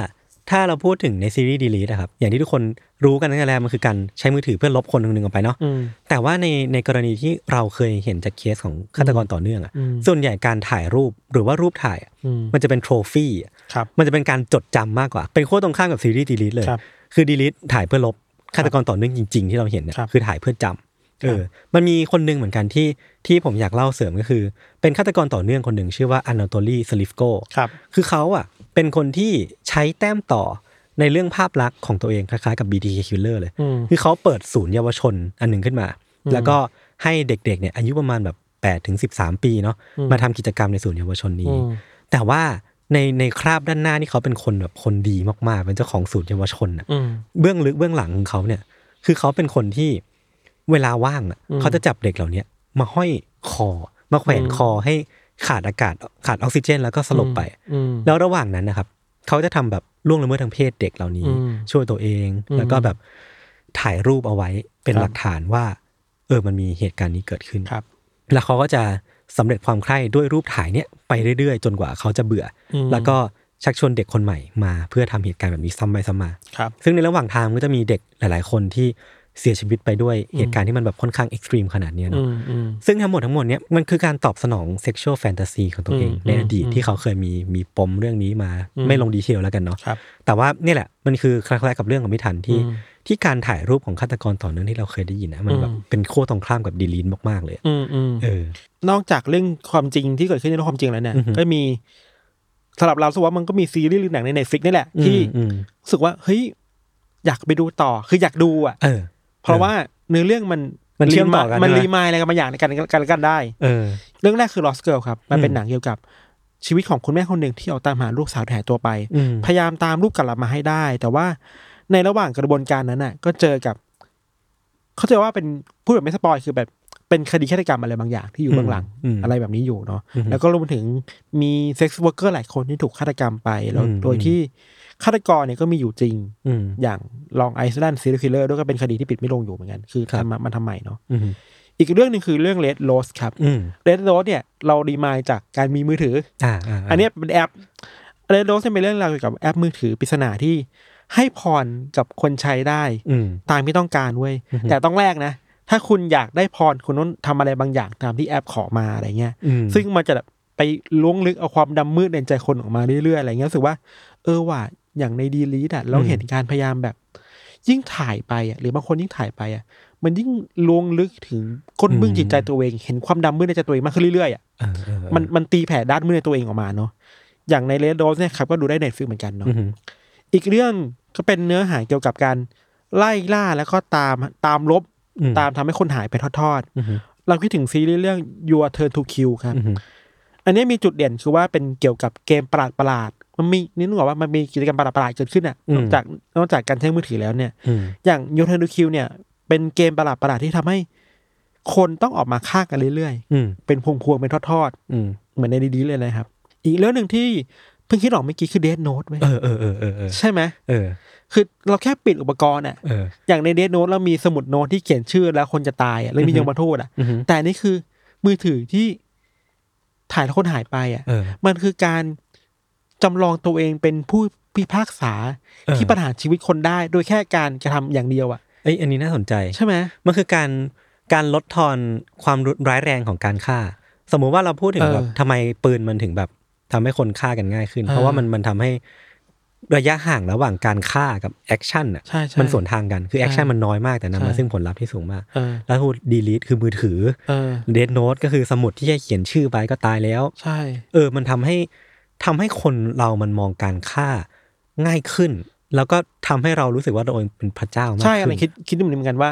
Speaker 1: ถ้าเราพูดถึงในซีรีส์ดีลีทนะครับ อย่างที่ทุกคนรู้กันตั้งแต่แรกมันคือการใช้มือถือเพื่อลบคนหนึ่งๆออกไปเนาะ
Speaker 2: อืม
Speaker 1: แต่ว่าในในกรณีที่เราเคยเห็นจากเคสของฆาตกรต่อเนื่องอะ
Speaker 2: อืม
Speaker 1: ส่วนใหญ่การถ่ายรูปหรือว่ารูปถ่ายอะ
Speaker 2: อืม
Speaker 1: มันจะเป็นโทรฟี่อะ
Speaker 2: ครับ
Speaker 1: มันจะเป็นการจดจำมากกว่า เป็นขั้วตรงข้ามกับซีรีส์ดีลิทเลย
Speaker 2: ครับ
Speaker 1: คือดีลิทถ่ายเพื่อลบ ฆาตกรต่อเนื่องจริง ๆ ที่เราเห็นเนี่ย
Speaker 2: ครับ
Speaker 1: คือถ่ายเพื่อจำเออ มันมีคนหนึ่งเหมือนกันที่ที่ผมอยากเล่าเสริมก็คือ เป็นฆาตกรต่อเนื่องคนหนึ่งชื่อว่าอ n a t o l y s l i v k o
Speaker 2: ครับ
Speaker 1: คือเขาอ่ะเป็นคนที่ใช้แต้มต่อในเรื่องภาพลักษณ์ของตัวเองคล้ายๆกับ BTK Killer เลย
Speaker 2: อืม
Speaker 1: คือเขาเปิดศูนย์เยาวชนอันหนึ่งขึ้นมา
Speaker 2: อืม
Speaker 1: แล้วก็ให้เด็กๆเนี่ยอายุประมาณแบบ8ถึง13 ปีเนาะ
Speaker 2: อืม
Speaker 1: มาทำกิจกรรมในศูนย์เยาวชนนี้
Speaker 2: อืม
Speaker 1: แต่ว่าในในคราบด้านหน้านี่เขาเป็นคนแบบคนดีมากๆ เป็นเจ้าของศูนย์เยาวชนน่ะ
Speaker 2: อืม
Speaker 1: เบื้องลึกเบื้องหลังของเขาเนี่ย คือเขาเป็นคนที่เวลาว่างน่ะ
Speaker 2: อืม
Speaker 1: เขาจะจับเด็กเหล่าเนี้ยมาห้อยคอ มาแขวน
Speaker 2: อืม
Speaker 1: คอให้ขาดอากาศขาดออกซิเจน แล้วก็สลบไป
Speaker 2: อืม
Speaker 1: แล้วระหว่างนั้นนะครับ เขาจะทำแบบล่วงละเมิดทางเพศเด็กเหล่านี้
Speaker 2: อืม
Speaker 1: ช่วยตัวเอง
Speaker 2: อืม
Speaker 1: แล้วก็แบบถ่ายรูปเอาไว้เป็น
Speaker 2: ครับ
Speaker 1: หลักฐานว่า เออมันมีเหตุการณ์นี้เกิดขึ้น
Speaker 2: ครับ
Speaker 1: แล้วเขาก็จะสำเร็จความใคร่ด้วยรูปถ่ายเนี่ยไปเรื่อยๆ จนกว่าเขาจะเบื่ออ
Speaker 2: อืม
Speaker 1: แล้วก็ชักชวนเด็กคนใหม่มาเพื่อทำเหตุการณ์แบบนี้ซ้ำไปซ้ำมา
Speaker 2: ครับ
Speaker 1: ซึ่งในระหว่างทางก็จะมีเด็กหลาย ๆ คนที่เสียชีวิตไปด้วย
Speaker 2: อืม
Speaker 1: เหตุการณ์ที่มันแบบค่อนข้างเอ็กซ์ตรีมขนาดเนี้ยเน
Speaker 2: อื
Speaker 1: อะ
Speaker 2: มอืม
Speaker 1: ซึ่งทั้งหมดทั้งมวลเนี่ยมันคือการตอบสนองเซ็กชวลแฟนตาซีของตัวเอง
Speaker 2: อืม
Speaker 1: ในอดีต
Speaker 2: อืม
Speaker 1: ที่เขาเคยมีมีปมเรื่องนี้มา
Speaker 2: อืม
Speaker 1: ไม่ลงดีเทลแล้วกันเนาะ
Speaker 2: ครับ
Speaker 1: แต่ว่าเนี่ยแหละมันคือคล้ายๆกับเรื่องของพิธันที่
Speaker 2: อืม
Speaker 1: ที่การถ่ายรูปของฆาตกรต่อเนื่องที่เราเคยได้ยินนะมันแบบ
Speaker 2: อืม
Speaker 1: เป็นขั้วตรงข้ามกับดีลีนมากๆเลยอะ
Speaker 2: อืมอืม
Speaker 1: เออ
Speaker 2: นอกจากเรื่องความจริงที่เกิดขึ้นในโลกความจริงแล้วเนี่ย
Speaker 1: อือหือ
Speaker 2: ก็มีสำหรับเราสกว่ามันก็มีซีรีส์หรือหนังในเน็ตฟิกนี่แหละ ที่
Speaker 1: อืม
Speaker 2: รู้สึกว่าเฮ้ยอยากไปดูต่อคืออยากดูอ่ะ
Speaker 1: เออ
Speaker 2: เพราะว่าเนื้อเรื่องมัน
Speaker 1: มันเชื่อมต่อกัน
Speaker 2: รีายมัน
Speaker 1: ใช่ไหม
Speaker 2: รีมายอะไรกันบางอย่างในการกันกันได้
Speaker 1: เออ
Speaker 2: เรื่องแรกคือ Lost Girl ครับ มันเป็น
Speaker 1: อืม
Speaker 2: หนังเกี่ยวกับชีวิตของคุณแม่คนหนึ่งที่ออกตามหาลูกสาวที่หายตัวไป
Speaker 1: อืม
Speaker 2: พยายามตามรูปกลับมาให้ได้ แต่ว่าในระหว่างกระบวนการนั้นน่ะ ก็เจอกับ เขาจะว่าเป็นพูดแบบไม่สปอยคือแบบเป็นคดีฆาตกรรมอะไรบางอย่างที่อยู่เบื้องหลัง
Speaker 1: ม
Speaker 2: อะไรแบบนี้อยู่เนาะ
Speaker 1: อืม
Speaker 2: แล้วก็รวมถึงมีเซ็กซ์วอร์เกอร์หลายคนที่ถูกฆาตกรรมไปแล้ว
Speaker 1: อืม
Speaker 2: โดยที่ฆาตกรเนี่ยก็มีอยู่จริง
Speaker 1: อืม
Speaker 2: อย่างลองไอซ์แลนด์ซีรีส์คิลเลอร์ด้วยก็เป็นคดีที่ปิดไม่ลงอยู่เหมือนกัน คือ
Speaker 1: ครับ
Speaker 2: ทำมามันทำใหม่เนาะ
Speaker 1: อืม
Speaker 2: อีกเรื่องหนึ่งคือเรื่องเลดโรสครับ
Speaker 1: อืม
Speaker 2: เลดโรสเนี่ยเรารีมายจากการมีมือถือ
Speaker 1: อ่าา
Speaker 2: อันเนี้ยเป็นแอปเรดโดสเป็นเรื่องราวเกี่ยวกับแอปมือถือปริศนาที่ให้พรกับคนใช้ได้
Speaker 1: อืม
Speaker 2: ตามที่ต้องการเว้ย
Speaker 1: อือฮึ
Speaker 2: แต่ต้องแลกนะ ถ้าคุณอยากได้พรคุณต้องทำอะไรบางอย่างตามที่แอปขอมาอะไรเงี้ย
Speaker 1: อืม
Speaker 2: ซึ่งมันจะแบบไปล้วงลึกเอาความดำมืดในใจคนออกมาเรื่อยๆอะไรเงี้ยรู้สึกว่า เออว่ะอย่างในดีลีดอะเราเห็นการพยายามแบบ ยิ่งถ่ายไปอะหรือบางคนยิ่งถ่ายไปอะมันยิ่งล้วงลึกถึงก้นบึ้งจิตใจตัวเองเห็นความดำมืดในใจตัวเองมากขึ้นเรื่อยๆอะ
Speaker 1: เออเออเออ
Speaker 2: มันมันตีแผ่ด้านมืดในตัวเองออกมาเนาะ อย่างในเลดโดสเนี่ยครับก็ดูได้ในฟิลเหมือนกันเนาะ
Speaker 1: อืม
Speaker 2: อีกเรื่องก็เป็นเนื้อหาเกี่ยวกับการไล่ล่าแล้วก็ตามตามลบ
Speaker 1: อืม
Speaker 2: ตามทำให้คนหายไปทอด
Speaker 1: อืม
Speaker 2: ๆ เราคิดถึงซีรีส์เรื่อง Your Turn to Kill ครับ
Speaker 1: อืม
Speaker 2: อันนี้มีจุดเด่นคือว่าเป็นเกี่ยวกับเกมประหลาดประหลาดๆมันมีนี่นึกออกว่ามันมีกิจกรรมประหลาดประหลาดๆเกิดขึ้นอ่ะ นอกจากนอกจากการใช้มือถือแล้วเนี่ย
Speaker 1: อืม
Speaker 2: อย่าง Your Turn to Kill เนี่ยเป็นเกมประหลาดประหลาดๆที่ทำให้ คนต้องออกมาฆ่ากันเรื่อย
Speaker 1: อืม
Speaker 2: ๆ เป็นพวงๆเป็นทอดๆ
Speaker 1: อืม
Speaker 2: เหมือนในดีๆเลยนะครับ อีกเรื่องหนึ่งที่เพิ่งคิดออกเมื่อกี้คือเดทโนดไหม
Speaker 1: เออเออเออเออเออ
Speaker 2: ใช่ไหม
Speaker 1: เออ
Speaker 2: คือเราแค่ปิดอุปกรณ์อ่ะ
Speaker 1: เออ
Speaker 2: อย่างในเดทโนดเรามีสมุดโน้ตที่เขียนชื่อแล้วคนจะตายอะแล้วมี
Speaker 1: อือฮึ
Speaker 2: ยังมาโทษอ่ะ
Speaker 1: อืม
Speaker 2: แต่อันนี่คือมือถือที่ถ่ายแล้วคนหายไปอ่ะ
Speaker 1: เออ
Speaker 2: มันคือการจำลองตัวเองเป็นผู้พิพากษา
Speaker 1: เออ
Speaker 2: ที่ประหารชีวิตคนได้ โดยแค่การกระทำอย่างเดียวอ่ะ
Speaker 1: เอ้ยอันนี้น่าสนใจ
Speaker 2: ใช่ไหม
Speaker 1: มันคือการการลดทอนความรุนร้ายแรงของการฆ่า สมมุติว่าเราพูดถึง
Speaker 2: เออ
Speaker 1: แบบทำไมปืนมันถึงแบบทำให้คนฆ่ากันง่ายขึ้น
Speaker 2: เออ
Speaker 1: เพราะว่ามันมันทำให้ ระยะห่างระหว่างการฆ่ากับแอคชั่นอ่ะ
Speaker 2: ใช่ใช่
Speaker 1: มันสวนทางกันคือแอคชั่นมันน้อยมากแต่นำมา
Speaker 2: ใช่
Speaker 1: ซึ่งผลลัพธ์ที่สูงมาก
Speaker 2: เออ
Speaker 1: แล้วทูดีลีทคือมือถือ
Speaker 2: เออ
Speaker 1: เด n โน e ก็คือสมุดที่แค่เขียนชื่อไปก็ตายแล้ว
Speaker 2: ใช่
Speaker 1: เออ มันทำให้ทำให้คนเรามันมองการฆ่าง่ายขึ้น แล้วก็ทำให้เรารู้สึกว่าเราเองเป็นพระเจ้ามาก
Speaker 2: ใช่
Speaker 1: ขึ้น
Speaker 2: อะไรคิดคิดเหมือนกันว่า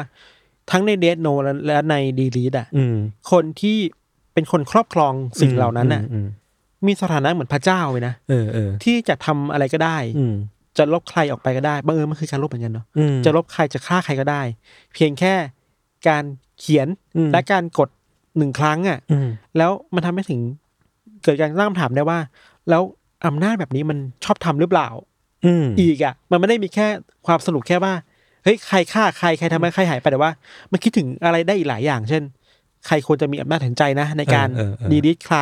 Speaker 2: ทั้งในเด n โนและและในดีลีดอ่ะ
Speaker 1: อืม
Speaker 2: คนที่เป็นคนครอบครองสิ่งเหล่านั้นน่ะ
Speaker 1: อืม
Speaker 2: มีสถานะเหมือนพระเจ้าเลยนะ
Speaker 1: อืมเออเออ
Speaker 2: ที่จะทำอะไรก็ได้
Speaker 1: อืม
Speaker 2: จะลบใครออกไปก็ได้บังเอิญมันคือการลบเหมือนกันเนาะ
Speaker 1: อืม
Speaker 2: จะลบใครจะฆ่าใครก็ได้ เพียงแค่การเขียน
Speaker 1: อืม
Speaker 2: และการกดหนึ่งครั้งอ่ะ
Speaker 1: อืม
Speaker 2: แล้วมันทำให้ถึงเกิดการตั้งคำถามได้ว่า แล้วอำนาจแบบนี้มันชอบทำหรือเปล่า
Speaker 1: อืม
Speaker 2: อีกอ่ะ มันไม่ได้มีแค่ความสนุกแค่ว่าเฮ้ยใครฆ่าใครใครทำให้ใครหายไปแต่ว่า มันคิดถึงอะไรได้อีกหลายอย่าง เช่น ใครควรจะมีอำนาจตัดสินใจนะ ในการ
Speaker 1: เออเออเออ
Speaker 2: ดีลิทใคร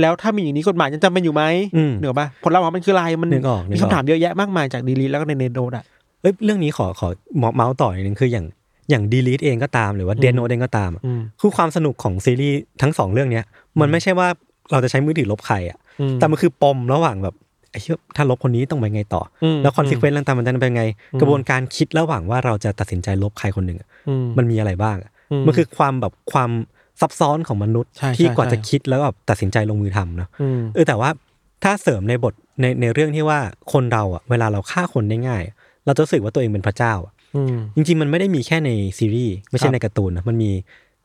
Speaker 2: แล้วถ้ามีอย่างนี้กฎหมายยังจำเป็นอยู่ไหม
Speaker 1: อืม
Speaker 2: เหนือปะผลลัพธ์ของมันคืออะไรมัน
Speaker 1: นึกออกนึกออก
Speaker 2: มีคำถามเยอะแยะมากมายจากดีลิทแล้วก็ในเนโดดอ่ะ
Speaker 1: เอ้ยเรื่องนี้ขอขอเมาเมาส์ต่ออีกนึงคืออย่างอย่างดีลีทเองก็ตามหรือว่า
Speaker 2: อืม
Speaker 1: เดนโนเองก็ตามอะ
Speaker 2: อืม
Speaker 1: คือความสนุกของซีรีส์ทั้งสองเรื่องเนี้ยมันไม่ใช่ว่าเราจะใช้มือถือลบใครอ่ะ
Speaker 2: อืม
Speaker 1: แต่มันคือปมระหว่างแบบไอ้เหี้ยถ้าลบคนนี้ต้องไปไงต่ออ
Speaker 2: ม
Speaker 1: แล้วคอนซิเควนต์ต่างๆมันจะเป็นไง กระบวนการคิดระหว่างว่าเราจะตัดสินใจลบใครคนหนึ่งอะ
Speaker 2: อืม
Speaker 1: มันมีอะไรบ้างอะมันคือความแบบความซับซ้อนของมนุษย์
Speaker 2: ใช่
Speaker 1: ที่
Speaker 2: ใช่
Speaker 1: กว่า
Speaker 2: ใช่
Speaker 1: จะคิดแล้วแบบตัดสินใจลงมือทำเนาะ
Speaker 2: ม
Speaker 1: เออแต่ว่าถ้าเสริมในบทในในเรื่องที่ว่าคนเราอ่ะเวลาเราฆ่าคนได้ง่ายอะเราจะรู้สึกว่าตัวเองเป็นพระเจ้าอะ
Speaker 2: อืม
Speaker 1: จริงๆ มันไม่ได้มีแค่ในซีรีส์ไม่ใช่
Speaker 2: ครับ
Speaker 1: ในการ์ตูนนะมันมี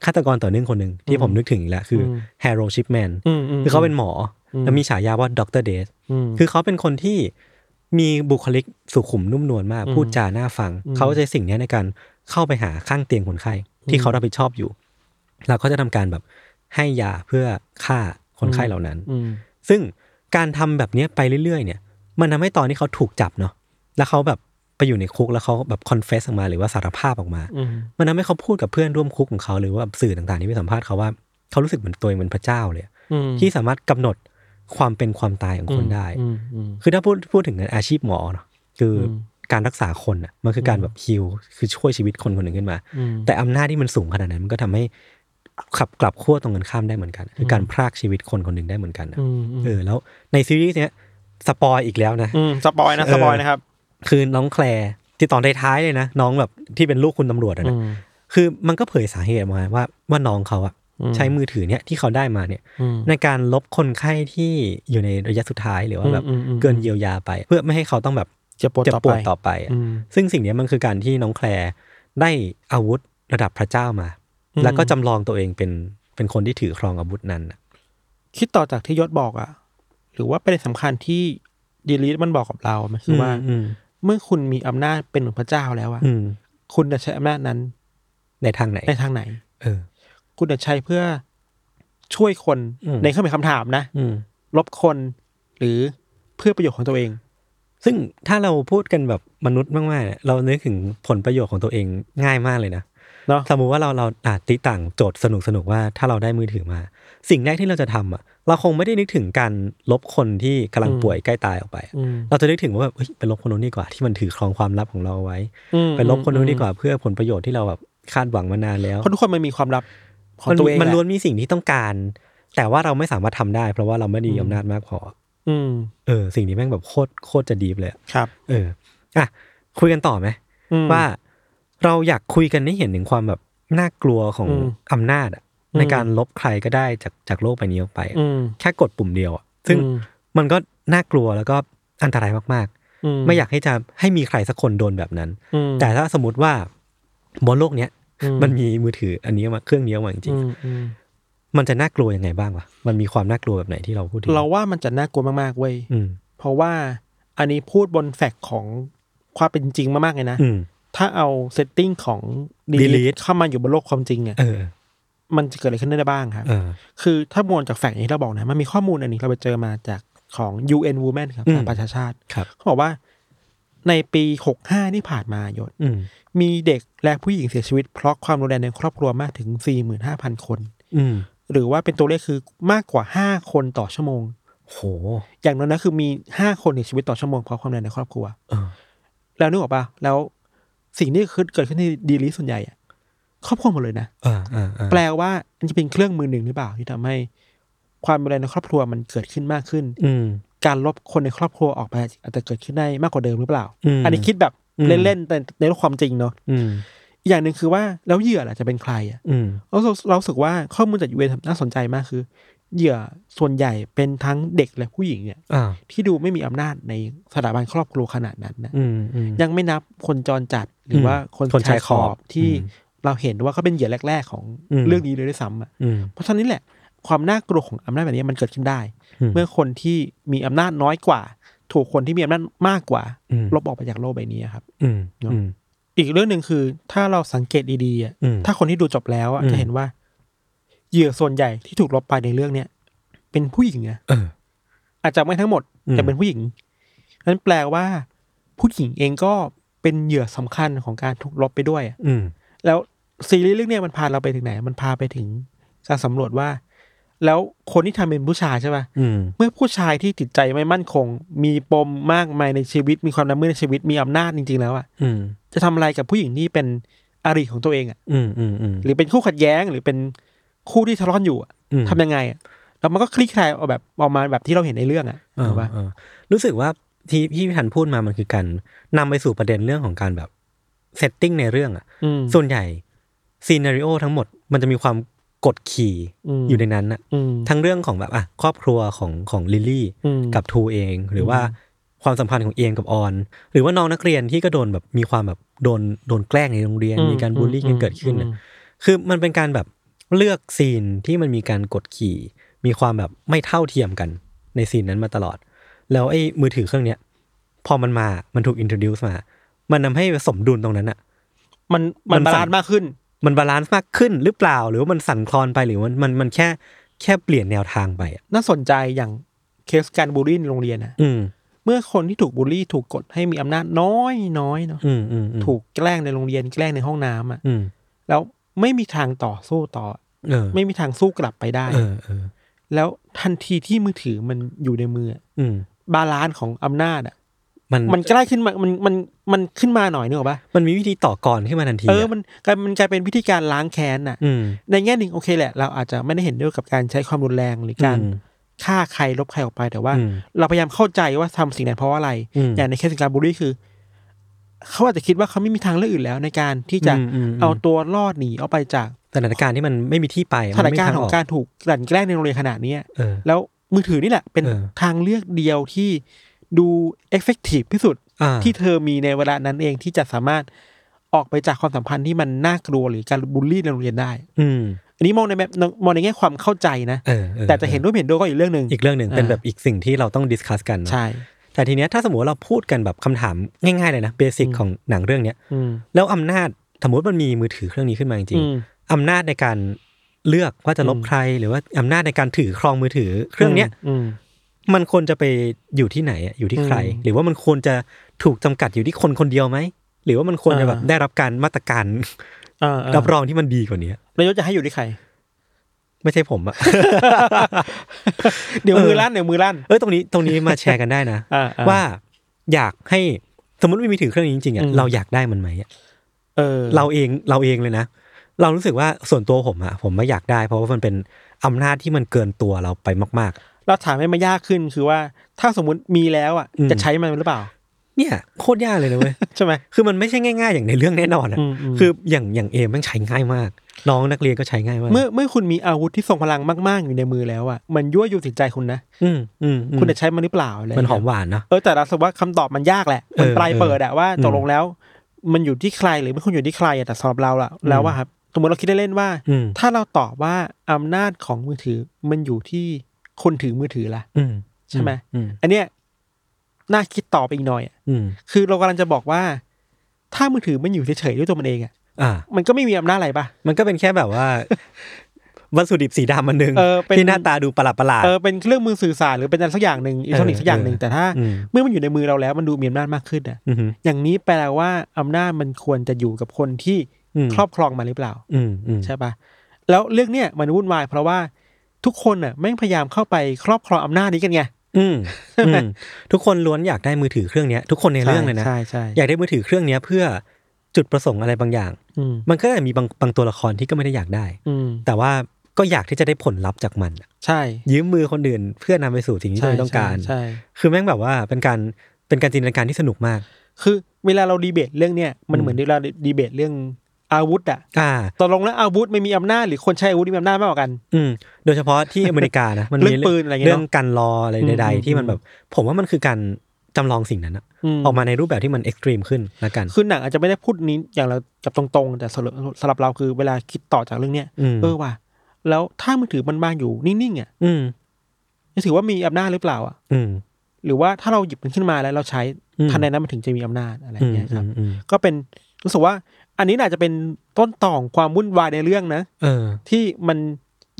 Speaker 1: ฆาตกรต่อเนื่องคนหนึ่งที่ผมนึกถึงอีกแล้วคืออ
Speaker 2: ม
Speaker 1: แฮร์โรชิปแมน
Speaker 2: อืมม
Speaker 1: คือเขาเป็นหมออ
Speaker 2: ม
Speaker 1: แล้วมีฉายาว่าด็อกเตอร์เดส
Speaker 2: ม
Speaker 1: คือเขาเป็นคนที่มีบุคลิกสุขุมนุ่มนวลมาก
Speaker 2: อืม
Speaker 1: พูดจาน่าฟัง
Speaker 2: อืม
Speaker 1: เขาจะใช้สิ่งเนี้ยในการเข้าไปหาข้างเตียงคนไข้ที่
Speaker 2: อืม
Speaker 1: เขารับผิดชอบอยู่ แล้วเขาจะทำการแบบให้ยาเพื่อฆ่าคนไข้เหล่านั้น
Speaker 2: อืม
Speaker 1: ซึ่งการทำแบบเนี้ยไปเรื่อยๆ เนี่ย มันทำให้ตอนที่เขาถูกจับเนาะ แล้วเขาแบบไปอยู่ในคุกแล้วเขาแบบคอนเฟสออกมาหรือว่าสารภาพออกมา
Speaker 2: อืม
Speaker 1: มันทำให้เขาพูดกับเพื่อนร่วมคุกของเขาหรือว่าสื่อต่างๆที่ไปสัมภาษณ์เขาว่าเขารู้สึกเหมือนตัวเองเป็นพระเจ้าเลยอะที่สามารถกำหนดความเป็นความตายของคนได้
Speaker 2: อืมอืม
Speaker 1: คือถ้าพูดพูดถึงอาชีพหมอเนาะคืออ
Speaker 2: ม
Speaker 1: การรักษาคนอ่ะมันคือการแบบฮิลคือช่วยชีวิตคนคนหนึ่งขึ้นมา
Speaker 2: อืม
Speaker 1: แต่อำนาจที่มันสูงขนาดนั้นมันก็ทำให้ขับกลับขั้วตรงกันข้ามได้เหมือนกัน คือการพรากชีวิตคนคนหนึ่งได้เหมือนกันอะ
Speaker 2: อืมอืม
Speaker 1: เออแล้วในซีรีส์เนี้ยสปอยอีกแล้วนะ
Speaker 2: มสปอยนะสปอยนะครับ
Speaker 1: คือน้องแคลร์ที่ตอนท้ายๆเลยนะ น้องแบบที่เป็นลูกคุณตำรวจอะนะ
Speaker 2: ม
Speaker 1: คือมันก็เผยสาเหตุมาว่าว่าน้องเขาอะ
Speaker 2: อืม
Speaker 1: ใช้มือถือเนี่ยที่เขาได้มาเนี่ย
Speaker 2: อืม
Speaker 1: ในการลบคนไข้ที่อยู่ในระยะสุดท้ายหรือว่าแบบ
Speaker 2: อืมอืมอืม
Speaker 1: เกินเยียวยาไป เพื่อไม่ให้เขาต้องแบบ
Speaker 2: จะปวด
Speaker 1: เจ็บ
Speaker 2: ต่อ
Speaker 1: ป
Speaker 2: ไป
Speaker 1: วดต่อไปอะ
Speaker 2: อืม
Speaker 1: ซึ่งสิ่งเนี้ยมันคือการที่น้องแคลร์ได้อาวุธระดับพระเจ้ามา
Speaker 2: อืม
Speaker 1: แล้วก็จำลองตัวเองเป็นเป็นคนที่ถือครองอาวุธนั้นอะ
Speaker 2: คิดต่อจากที่ยศบอกอ่ะ หรือว่าประเด็นสำคัญที่ดีลีทมันบอกกับเรามันคือว่า
Speaker 1: อืม
Speaker 2: เมื่อคุณมีอำนาจเป็นของพระเจ้าแล้วอ่ะ
Speaker 1: อืม
Speaker 2: คุณจะใช้อำนาจนั้น
Speaker 1: ในทางไหน
Speaker 2: ในทางไหน
Speaker 1: เออ
Speaker 2: คุณจะใช้เพื่อช่วยคน
Speaker 1: อืม
Speaker 2: ในเครื่องหมายคำถามนะ
Speaker 1: อืม
Speaker 2: ลบคนหรือเพื่อประโยชน์ของตัวเอง
Speaker 1: ซึ่งถ้าเราพูดกันแบบมนุษย์มากๆเนี่ยเรานึกถึงผลประโยชน์ของตัวเองง่ายมากเลยนะ
Speaker 2: เนาะ
Speaker 1: สมมุติว่าเราเราอาจติต่างโจทย์สนุกสนุกๆว่าถ้าเราได้มือถือมา สิ่งแรกที่เราจะทำอ่ะ เราคงไม่ได้นึกถึงการลบคนที่กำลังป่วยใกล้ตายออกไป
Speaker 2: อืม
Speaker 1: เราจะนึกถึงว่าแบบเฮ้ยไปลบคนนู้นดีกว่าที่มันถือครองความลับของเราเอาไว้
Speaker 2: อืม
Speaker 1: ไปลบคนนู้นดีกว่าเพื่อผลประโยชน์ที่เราแบบคาดหวังมานานแล้ว
Speaker 2: เพราะทุกคนมันมีความลับของ
Speaker 1: มั
Speaker 2: ตัวเอง
Speaker 1: มัน
Speaker 2: แหละ
Speaker 1: ล้วนมีสิ่งที่ต้องการ แต่ว่าเราไม่สามารถทำได้ เพราะว่าเราไม่ได้มีอำนาจมากพอ
Speaker 2: อืม
Speaker 1: เออสิ่งนี้แม่งแบบโคตรโคตรจะดีฟเลยอะ
Speaker 2: ครับ
Speaker 1: เอออ่ะคุยกันต่อไหม
Speaker 2: อืม
Speaker 1: ว่าเราอยากคุยกันให้เห็นถึงความแบบน่ากลัวของ
Speaker 2: อืม
Speaker 1: อำนาจอะ
Speaker 2: อืม
Speaker 1: ในการลบใครก็ได้จากจากโลกใบนี้ออกไปอะ
Speaker 2: อืม
Speaker 1: แค่กดปุ่มเดียวอะซึ่ง
Speaker 2: อืม
Speaker 1: มันก็น่ากลัวแล้วก็อันตรายมากๆ ไม่อยากให้จะให้มีใครสักคนโดนแบบนั้น
Speaker 2: อืม
Speaker 1: แต่ถ้าสมมติว่าบนโลกเนี้ย
Speaker 2: อืม
Speaker 1: มันมีมือถืออันนี้มาเครื่องนี้มาจริง
Speaker 2: อื
Speaker 1: ๆอะ
Speaker 2: มอืม
Speaker 1: มันจะน่ากลัวยังไงบ้างวะมันมีความน่ากลัวแบบไหนที่เราพูดถึง
Speaker 2: เราว่ามันจะน่ากลัวมาก ๆ เว้ย
Speaker 1: อืม
Speaker 2: เพราะว่าอันนี้พูดบนแฟกต์ของความเป็นจริงมาก ๆ เลยนะ
Speaker 1: อืม
Speaker 2: ถ้าเอาเซตติ้งของ
Speaker 1: Delete
Speaker 2: delete เข้ามาอยู่บนโลกความจริงเนี่ย
Speaker 1: เออ
Speaker 2: มันจะเกิดอะไรขึ้นได้บ้างครับ
Speaker 1: เออ
Speaker 2: คือถ้ามวลจากแฟกต์อย่างที่เราบอกนะ มันมีข้อมูลอันหนี้เราไปเจอมาจากของ UN Women ครับ
Speaker 1: อืม
Speaker 2: สหประชาชาติ
Speaker 1: ครับ
Speaker 2: เขาบอกว่าในปี 65 ที่ผ่านมายศ
Speaker 1: อืม
Speaker 2: มีเด็กและผู้หญิงเสียชีวิตเพราะความรุนแรงในครอบครัวมากถึง 45,000 คน
Speaker 1: อืม
Speaker 2: หรือว่าเป็นตัวเลขคือมากกว่า 5 คนต่อชั่วโมง
Speaker 1: โห
Speaker 2: อย่างน้อยนะคือมีห้าคนเสียชีวิตต่อชั่วโมงเพราะความแรงในครอบครัว
Speaker 1: เออ
Speaker 2: แล้วนึกออกปะแล้วสิ่งที่เกิดขึ้นในดีลิสส่วนใหญ่อะครอบครัวหมดเลยนะ
Speaker 1: เออเออเออ
Speaker 2: แปลว่าอันจะเป็นเครื่องมือหนึ่งหรือเปล่าที่ทำให้ความรุนแรงในครอบครัวมันเกิดขึ้นมากขึ้น
Speaker 1: อืม
Speaker 2: การลบคนในครอบครัวออกไปอาจจะเกิดขึ้นได้มากกว่าเดิมหรือเปล่า
Speaker 1: อืม
Speaker 2: อันนี้คิดแบบ
Speaker 1: อืม
Speaker 2: เล่นๆแต่ในโลกความจริงเนาะ
Speaker 1: อืม
Speaker 2: อีกอย่างหนึ่งคือว่าแล้วเหยื่อล่ะจะเป็นใครอ่ะ
Speaker 1: อืม
Speaker 2: เราเราสึกว่าข้อมูลจากยูเอน่าสนใจมากคือ เหยื่อส่วนใหญ่เป็นทั้งเด็กและผู้หญิงเนี่ย
Speaker 1: อ่า
Speaker 2: ที่ดูไม่มีอำนาจในสถาบันครอบครัวขนาดนั้นนะ
Speaker 1: อืมอืม
Speaker 2: ยังไม่นับคนจรจัดหรือ
Speaker 1: ม
Speaker 2: ว่าคน
Speaker 1: คนชาย
Speaker 2: ชายขอ
Speaker 1: ขอ
Speaker 2: บบ ที่
Speaker 1: อืม
Speaker 2: เราเห็นว่าเขาเป็นเหยื่อแรก ๆ ของ
Speaker 1: อืม
Speaker 2: เรื่องนี้เลยด้วยซ้ำอะ
Speaker 1: อืม
Speaker 2: เพราะฉะนั้นแหละ ความน่ากลัวของอำนาจแบบนี้มันเกิดขึ้นได้
Speaker 1: อืม
Speaker 2: เมื่อคนที่มีอำนาจน้อยกว่า ถูกคนที่มีอำนาจมากกว่า
Speaker 1: อืม
Speaker 2: ลบออกไปจากโลกใบนี้ครับ
Speaker 1: อืม
Speaker 2: เนอะ
Speaker 1: อืม
Speaker 2: อีกเรื่องหนึ่งคือ ถ้าเราสังเกตดีๆอะ
Speaker 1: อืม
Speaker 2: ถ้าคนที่ดูจบแล้วอะ
Speaker 1: อืม
Speaker 2: จะเห็นว่า เหยื่อส่วนใหญ่ที่ถูกลบไปในเรื่องเนี้ยเป็นผู้หญิงนะ
Speaker 1: เออ
Speaker 2: อาจจะไม่ทั้งหมด
Speaker 1: อืม
Speaker 2: แต่เป็นผู้หญิงนั้นแปลว่า ผู้หญิงเองก็เป็นเหยื่อสำคัญของการถูกลบไปด้วยอะ
Speaker 1: อืม
Speaker 2: แล้วซีรีส์เรื่องเนี้ยมันพาเราไปถึงไหน มันพาไปถึงการสำรวจว่า แล้วคนที่ทำเป็นผู้ชายใช่ปะ
Speaker 1: อืม
Speaker 2: เมื่อผู้ชายที่จิตใจไม่มั่นคง มีปมมากมายในชีวิต มีความน้ำมือในชีวิตมีอำนาจจริง ๆ แล้วอะ
Speaker 1: อืม
Speaker 2: จะทำอะไรกับผู้หญิงที่เป็นอริของตัวเองอะ
Speaker 1: อืมอืมอืม
Speaker 2: หรือเป็นคู่ขัดแย้งหรือเป็นคู่ที่ทะเลาะกันอยู่อะ
Speaker 1: ม
Speaker 2: ทำยังไงอะแล้วมันก็คลี่คลายออกแบบออกมาแบบที่เราเห็นในเรื่องอะถูกปะ
Speaker 1: เออเออรู้สึกว่าที่ที่พี่ทันพูดมามันคือการนำไปสู่ประเด็นเรื่องของการแบบเซตติ้งในเรื่องอ่ะ
Speaker 2: อืม
Speaker 1: ส่วนใหญ่ซีนารีโอทั้งหมดมันจะมีความกดขี่
Speaker 2: อืม
Speaker 1: อยู่ในนั้นอ่ะ
Speaker 2: อืม
Speaker 1: ทั้งเรื่องของแบบอ่ะครอบครัวของของลิลลี่
Speaker 2: อืม
Speaker 1: กับทูเอง หรือว่าความสัมพันธ์ของเอียงกับออน หรือว่าน้องนักเรียนที่ก็โดนแบบมีความแบบโดนโดนแกล้งในโรงเรียน
Speaker 2: อืม
Speaker 1: มีการบูลลี่กันเกิดขึ้นน่ะ
Speaker 2: อืม
Speaker 1: คือมันเป็นการแบบเลือกซีนที่มันมีการกดขี่ มีความแบบไม่เท่าเทียมกันในซีนนั้นมาตลอด แล้วไอ้มือถือเครื่องเนี้ย พอมันมา มันถูกอินโทรดิวส์มา มันทำให้สมดุลตรงนั้นอะ
Speaker 2: มัน
Speaker 1: มั
Speaker 2: มัน นบาลานซ์มากขึ้น
Speaker 1: มันบาลานซ์มากขึ้นหรือเปล่า หรือว่ามันสั่นคลอนไปหรือมันมันมันแค่แค่เปลี่ยนแนวทางไปอะ
Speaker 2: น่าสนใจอย่างเคสการบูลลี่ในโรงเรียนอะ
Speaker 1: อืม
Speaker 2: เมื่อคนที่ถูกบูลลี่ถูกกดให้มีอำนาจน้อยน้อยๆเนาะ
Speaker 1: อืมอืมอืม
Speaker 2: ถูกแกล้งในโรงเรียนแกล้งในห้องน้ำอะ
Speaker 1: อืม
Speaker 2: แล้วไม่มีทางต่อสู้ต่อ
Speaker 1: เออ
Speaker 2: ไม่มีทางสู้กลับไปได้
Speaker 1: เออเออ
Speaker 2: แล้วทันทีที่มือถือมันอยู่ในมืออะ
Speaker 1: อืม
Speaker 2: บาลานซ์ของอำนาจอ่ะ
Speaker 1: มัน
Speaker 2: มันใกล้ขึ้นมา มันมันมันขึ้นมาหน่อยนึกออกปะ
Speaker 1: มันมีวิธีต่อกรขึ้นมาทันที
Speaker 2: เออ
Speaker 1: อะ
Speaker 2: มันกลายมันกลายเป็นวิธีการล้างแค้นอ่ะ
Speaker 1: อืม
Speaker 2: ในแง่หนึ่งโอเคแหละ เราอาจจะไม่ได้เห็นด้วยกับการใช้ความรุนแรงหรือการ
Speaker 1: อืม
Speaker 2: ฆ่าใครลบใครออกไปแต่ว่า
Speaker 1: อืม
Speaker 2: เราพยายามเข้าใจว่าทำสิ่งนั้นเพราะอะไร
Speaker 1: อืม
Speaker 2: อย่างในเคสของการบูลลี่คือ เขาอาจจะคิดว่าเขาไม่มีทางเลือกอื่นแล้วในการที่จะ
Speaker 1: อืมอืมอืม
Speaker 2: เอาตัวรอดหนีออกไปจาก
Speaker 1: สถานการณ์ที่มันไม่มีที่ไป
Speaker 2: ส
Speaker 1: มัน
Speaker 2: ถาน
Speaker 1: ไม่มี
Speaker 2: การ
Speaker 1: ท
Speaker 2: ณ์ของ
Speaker 1: ก
Speaker 2: การถูกกลั่นแกล้งในโรงเรียนขนาดเนี้ย
Speaker 1: เออ
Speaker 2: แล้วมือถือนี่แหละเป็น
Speaker 1: เออ
Speaker 2: ทางเลือกเดียวที่ดูเอฟเฟกตีฟที่สุด
Speaker 1: อ่า
Speaker 2: ที่เธอมีในเวลานั้นเองที่จะสามารถออกไปจากความสัมพันธ์ที่มันน่ากลัวหรือการบูลลี่ในโรงเรียนได้
Speaker 1: อืม
Speaker 2: อันนี้มองในแบบมองในแง่ความเข้าใจนะ
Speaker 1: เออออ
Speaker 2: แต่จะเห็นด้วยไม่เห็นด้วยก็อีกเรื่องหนึ่ง
Speaker 1: อีกเรื่องหนึ่ง
Speaker 2: อ่า
Speaker 1: เป็นแบบอีกสิ่งที่เราต้องดิสคัสกันเนอะ
Speaker 2: ใช่
Speaker 1: แต่ทีเนี้ยถ้าสมมติว่าเราพูดกันแบบคำถามง่ายๆเลยนะเบสิก
Speaker 2: อืม
Speaker 1: ของหนังเรื่องเนี้ย
Speaker 2: อืม
Speaker 1: แล้วอำนาจสมมติมันมีมือถือเครื่องนี้ขึ้นมาจริง
Speaker 2: อืม
Speaker 1: ๆอำนาจในการเลือกว่าจะลบ
Speaker 2: อืม
Speaker 1: ใครหรือว่าอำนาจในการถือครองมือถือเครื่องเนี้ย
Speaker 2: อืม
Speaker 1: มันควรจะไปอยู่ที่ไหนอะอยู่ที่ใคร
Speaker 2: อืม
Speaker 1: หรือว่ามันควรจะถูกจำกัดอยู่ที่คนคนเดียวไหมหรือว่ามันควรจะแบบ
Speaker 2: อ่า
Speaker 1: ได้รับการมาตรการ
Speaker 2: อ่าๆ
Speaker 1: รับรองที่มันดีกว่านี้
Speaker 2: นายกจะให้อยู่ที่ใคร
Speaker 1: ไม่ใช่ผมอะ
Speaker 2: เดี๋ยว
Speaker 1: เออ
Speaker 2: มือลั่นเดี๋ยวมือลั่น
Speaker 1: เอ้ยตรงนี้ตรงนี้มาแชร์กันได้นะ
Speaker 2: อ่าๆ
Speaker 1: ว่าอยากให้สมมติว่ามีมือถือเครื่องนี้จริงๆอ่ะ
Speaker 2: อืม
Speaker 1: เราอยากได้มันไหมอะ
Speaker 2: เออ
Speaker 1: เราเองเราเองเลยนะ เรารู้สึกว่าส่วนตัวผมอ่ะผมไม่อยากได้ เพราะว่ามันเป็นอำนาจที่มันเกินตัวเราไปมาก
Speaker 2: เราถามให้มันยากขึ้นคือว่า ถ้าสมมติมีแล้วอ่ะ
Speaker 1: อืม
Speaker 2: จะใช้มันหรือเปล่า
Speaker 1: ๆ เนี่ยโคตรยากเลยนะเว้ย
Speaker 2: ใช่ไหม
Speaker 1: คือมันไม่ใช่ง่ายๆ อย่างในเรื่องแน่นอนอ่ะ
Speaker 2: อืมอืม
Speaker 1: คืออย่างอย่างเอมแมันใช้ง่ายมาก น้องนักเรียนก็ใช้ง่ายมาก
Speaker 2: เมื่อเมื่อคุณมีอาวุธที่ทรงพลังมาก ๆ อยู่ในมือแล้วอ่ะมันยั่วยุจิตใจคุณนะ
Speaker 1: อืมอืมอืม
Speaker 2: คุณจะใช้มันหรือเปล่าอะไร
Speaker 1: มันหอมหวานเนาะ
Speaker 2: เออแต่เราสมมติว่าคำตอบมันยากแหละ
Speaker 1: เออ
Speaker 2: มันปลายเปิดอะว่า
Speaker 1: อืม
Speaker 2: ตกลงแล้ว มันอยู่ที่ใครหรือไม่คุณอยู่ที่ใครอะแต่สำหรับเราละแล้วว่าครับสมมติเราคิดเล่นๆว่า
Speaker 1: อืม
Speaker 2: ถ้าเราตอบว่าอำนาจของมือถือมันอยู่ที่คนถือมือถือละ
Speaker 1: อืม
Speaker 2: ใช่ไหม
Speaker 1: อืม
Speaker 2: อันเนี้ยน่าคิดต่อไปอีกหน่อยอะ
Speaker 1: อืม
Speaker 2: คือเรากำลังจะบอกว่า ถ้ามือถือมันอยู่เฉยๆด้วยตัวมันเองอะ
Speaker 1: อ่า
Speaker 2: มันก็ไม่มีอำนาจอะไรปะ
Speaker 1: มันก็เป็นแค่แบบว่า วัตถุดิบสีดำมันหนึ่ง
Speaker 2: เออเป็น
Speaker 1: ที่หน้าตาดูประหลาดประหลาด
Speaker 2: เออเป็นเครื่องมือสื่อสารหรือเป็นอะไรสักอย่างหนึ่งอิเล็กทรอนิกส์สักอย่างหนึ่ง
Speaker 1: เออ
Speaker 2: แต่ถ้า
Speaker 1: อืม
Speaker 2: เมื่อมันอยู่ในมือเราแล้วมันดูมีอำนาจมากขึ้นอะ
Speaker 1: อหือ
Speaker 2: อย่างนี้แปลว่าอำนาจมันควรจะอยู่กับคนที่
Speaker 1: อืม
Speaker 2: ครอบครองมาหรือเปล่า
Speaker 1: อืมอืม
Speaker 2: ใช่ปะแล้วเรื่องเนี้ยมันวุ่นวายเพราะว่าทุกคนน่ะแม่งพยายามเข้าไปครอบครองอำนาจนี้กันไง
Speaker 1: อืม
Speaker 2: ใช่ไหม
Speaker 1: อืมทุกคนล้วนอยากได้มือถือเครื่องเนี้ยทุกคนในเรื่องเลยนะ
Speaker 2: ใช่ใช่
Speaker 1: อ
Speaker 2: ใช่
Speaker 1: ยากได้มือถือเครื่องเนี้ยเพื่อจุดประสงค์อะไรบางอย่าง
Speaker 2: อืม
Speaker 1: มันก็จะมีบางบางตัวละครที่ก็ไม่ได้อยากได้
Speaker 2: อืม
Speaker 1: แต่ว่าก็ ก็อยากที่จะได้ผลลัพธ์จากมันอะ
Speaker 2: ใช่
Speaker 1: ยืมมือคนอื่นเพื่อนำไปสู่สิ่งที่
Speaker 2: ใช่
Speaker 1: ตัวเองต้องการ
Speaker 2: ใช่ใช่
Speaker 1: คือแม่งแบบว่าเป็นการเป็นการจินตนาการที่สนุกมาก
Speaker 2: คือเวลาเราดีเบตเรื่องเนี้ยมันเหมือนเวลาดีเบตเรื่องอาวุธอะ
Speaker 1: อ่า
Speaker 2: ตกลงแล้วอาวุธไม่มีอำนาจหรือคนใช้อาวุธมีอำนาจมากกว่ากัน
Speaker 1: อืมโดยเฉพาะที่อเมริกา นะ มันมี
Speaker 2: เรื่องปืนอะไรเงี้ยเนอะ
Speaker 1: เรื่องการรออะไรใด
Speaker 2: อืมอืม
Speaker 1: ๆ ที่มันแบบ ผมว่ามันคือการจำลองสิ่งนั้นอะออกมาในรูปแบบที่มันเอ็กซ์ตรีมขึ้นละกัน
Speaker 2: คือหนังอาจจะไม่ได้พูดนี้อย่างเรากับตรงๆ แต่สำหรับสำหรับเราคือเวลาคิดต่อจากเรื่องเนี้ย
Speaker 1: อืม
Speaker 2: เออว่ะแล้วถ้ามือถือมันบางอยู่นิ่งๆอ่ะ
Speaker 1: อืม
Speaker 2: จะถือว่ามีอำนาจหรือเปล่าอ่ะ
Speaker 1: อืม
Speaker 2: หรือว่าถ้าเราหยิบมันขึ้นมาแล้วเราใช้
Speaker 1: อืม
Speaker 2: ทันใดนั้นมันถึงจะมีอำนาจอะไรอ
Speaker 1: อื
Speaker 2: ย่าง
Speaker 1: ม
Speaker 2: เงี้ย
Speaker 1: อื
Speaker 2: ครับ
Speaker 1: มอืม
Speaker 2: ก็เป็นรู้สึกว่าอันนี้อาจจะเป็นต้นต่อของความวุ่นวายในเรื่องนะ
Speaker 1: เออ
Speaker 2: ที่มัน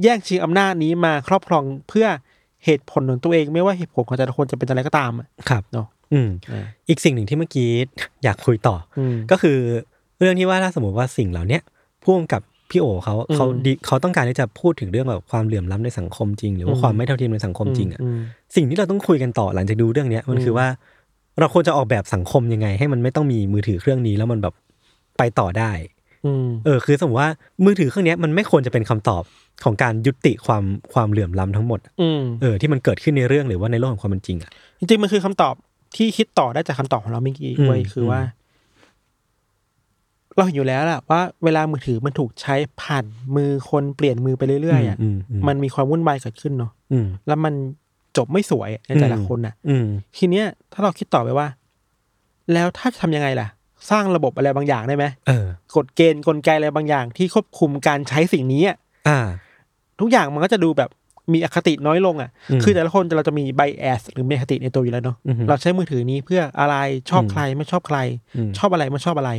Speaker 2: แย่งชิงอำนาจนี้มาครอบครองเพื่อเหตุผลของตัวเอง ไม่ว่าเหตุผลของแต่ละคนจะเป็นอะไรก็ตามอะ
Speaker 1: ครับ
Speaker 2: เนอะ
Speaker 1: อืม
Speaker 2: เออ
Speaker 1: อีกสิ่งหนึ่งที่เมื่อกี้ อยากคุยต่อ
Speaker 2: อืม
Speaker 1: ก็คือเรื่องที่ว่าถ้าสมมติว่าสิ่งเหล่าเนี้ยพ่วงกับพี่โอเขา
Speaker 2: อืม
Speaker 1: เขาดีเขาต้องการที่จะพูดถึงเรื่องแบบความเหลื่อมล้ำในสังคมจริง หรือว่า
Speaker 2: อืม
Speaker 1: ความไม่เท่าเทียมในสังคมจริงอ่ะ
Speaker 2: ม
Speaker 1: สิ่งที่เราต้องคุยกันต่อหลังจากดูเรื่องเนี้ยมัน
Speaker 2: อืม
Speaker 1: คือว่า เราควรจะออกแบบสังคมยังไง ให้มันไม่ต้องมีมือถือเครื่องนี้แล้วมันแบบไปต่อได้
Speaker 2: อืม
Speaker 1: เออคือสมมติว่ามือถือเครื่องเนี้ยมันไม่ควรจะเป็นคำตอบของการยุติความความเหลื่อมล้ำทั้งหมดอะ
Speaker 2: อืม
Speaker 1: เออที่มันเกิดขึ้นในเรื่องหรือว่าในโลกของความเป็นจริงอ่ะ
Speaker 2: จริงๆมันคือคำตอบที่คิดต่อได้จากคำตอบของเราเมื่อกี้
Speaker 1: อืม
Speaker 2: เว้ยคืออ
Speaker 1: ม
Speaker 2: ว่า เราเห็นอยู่แล้วแหละว่าเวลามือถือมันถูกใช้ผ่านมือคนเปลี่ยนมือไปเรื่อยๆอ่ะ
Speaker 1: อืมอื
Speaker 2: มันมีความวุ่นวายเกิดขึ้นเนาะ
Speaker 1: อืม
Speaker 2: แล้วมันจบไม่สวยในแต่ละคนอ่ะ
Speaker 1: อืม
Speaker 2: ทีเนี้ยถ้าเราคิดต่อไปว่า แล้วถ้าจะทำยังไงล่ะ สร้างระบบอะไรบางอย่างได้ไหม
Speaker 1: เออ
Speaker 2: กฎเกณฑ์กลไกอะไรบางอย่างที่ควบคุมการใช้สิ่งนี้อะ
Speaker 1: อ่า
Speaker 2: ทุกอย่างมันก็จะดูแบบมีอคติน้อยลงอ่ะ
Speaker 1: อืม
Speaker 2: คือแต่ละคนเราจะมีไบแอสหรือมีอคติในตัวอยู่แล้วเนาะ
Speaker 1: อือฮึ
Speaker 2: เราใช้มือถือนี้เพื่ออะไรชอบ
Speaker 1: อืม
Speaker 2: ใครไม่ชอบใคร
Speaker 1: อืม
Speaker 2: ชอบอะไรไม่ชอบอะไร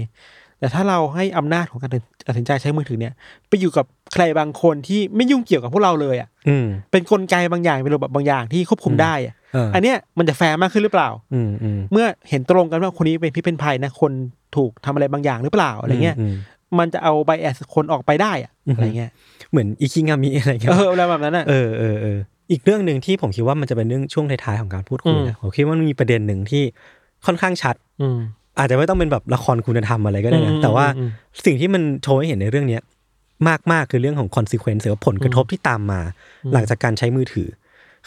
Speaker 2: แต่ถ้าเราให้อำนาจของการตัดสินใจใช้มือถือเนี่ย ไปอยู่กับใครบางคนที่ไม่ยุ่งเกี่ยวกับพวกเราเลยอ่ะ
Speaker 1: อืม
Speaker 2: เป็นกลไกบางอย่างเป็นระบบบางอย่างที่ควบคุม
Speaker 1: อืม
Speaker 2: ได้อะ
Speaker 1: เอออั
Speaker 2: อันเนี้ยมันจะแฟร์มากขึ้นหรือเปล่า
Speaker 1: อืมอืม
Speaker 2: เมื่อเห็นตรงกันว่าคนนี้เป็นพิษเป็นภัยนะคนถูกทำอะไรบางอย่างหรือเปล่าอะไรเงี้ย
Speaker 1: ม
Speaker 2: มันจะเอาไบแอสคนออกไปได้อะ
Speaker 1: อือฮึ
Speaker 2: อะไรเงี้ย
Speaker 1: เหมือนอิคิงามิอะไรเงี้ย
Speaker 2: เอออะไรแบบนั้นอ่ะ
Speaker 1: เออเออเอออีกเรื่องหนึ่งที่ผมคิดว่ามันจะเป็นเรื่องช่วงท้ายๆของการพูดคุยนะผมคิดว่ามันมีประเด็นหนึ่งที่ค่อนข้างชัด
Speaker 2: อืม
Speaker 1: อาจจะไม่ต้องเป็นแบบละครคุณธรรมอะไรก็ได้นะ
Speaker 2: อืม
Speaker 1: แต่ว่า
Speaker 2: อืม
Speaker 1: สิ่งที่มันโชว์ให้เห็นในเรื่องเนี้ยมากๆคือเรื่องของ consequence หรือว่าผลกระทบที่ตามมา
Speaker 2: อืม
Speaker 1: หลังจากการใช้มือถือ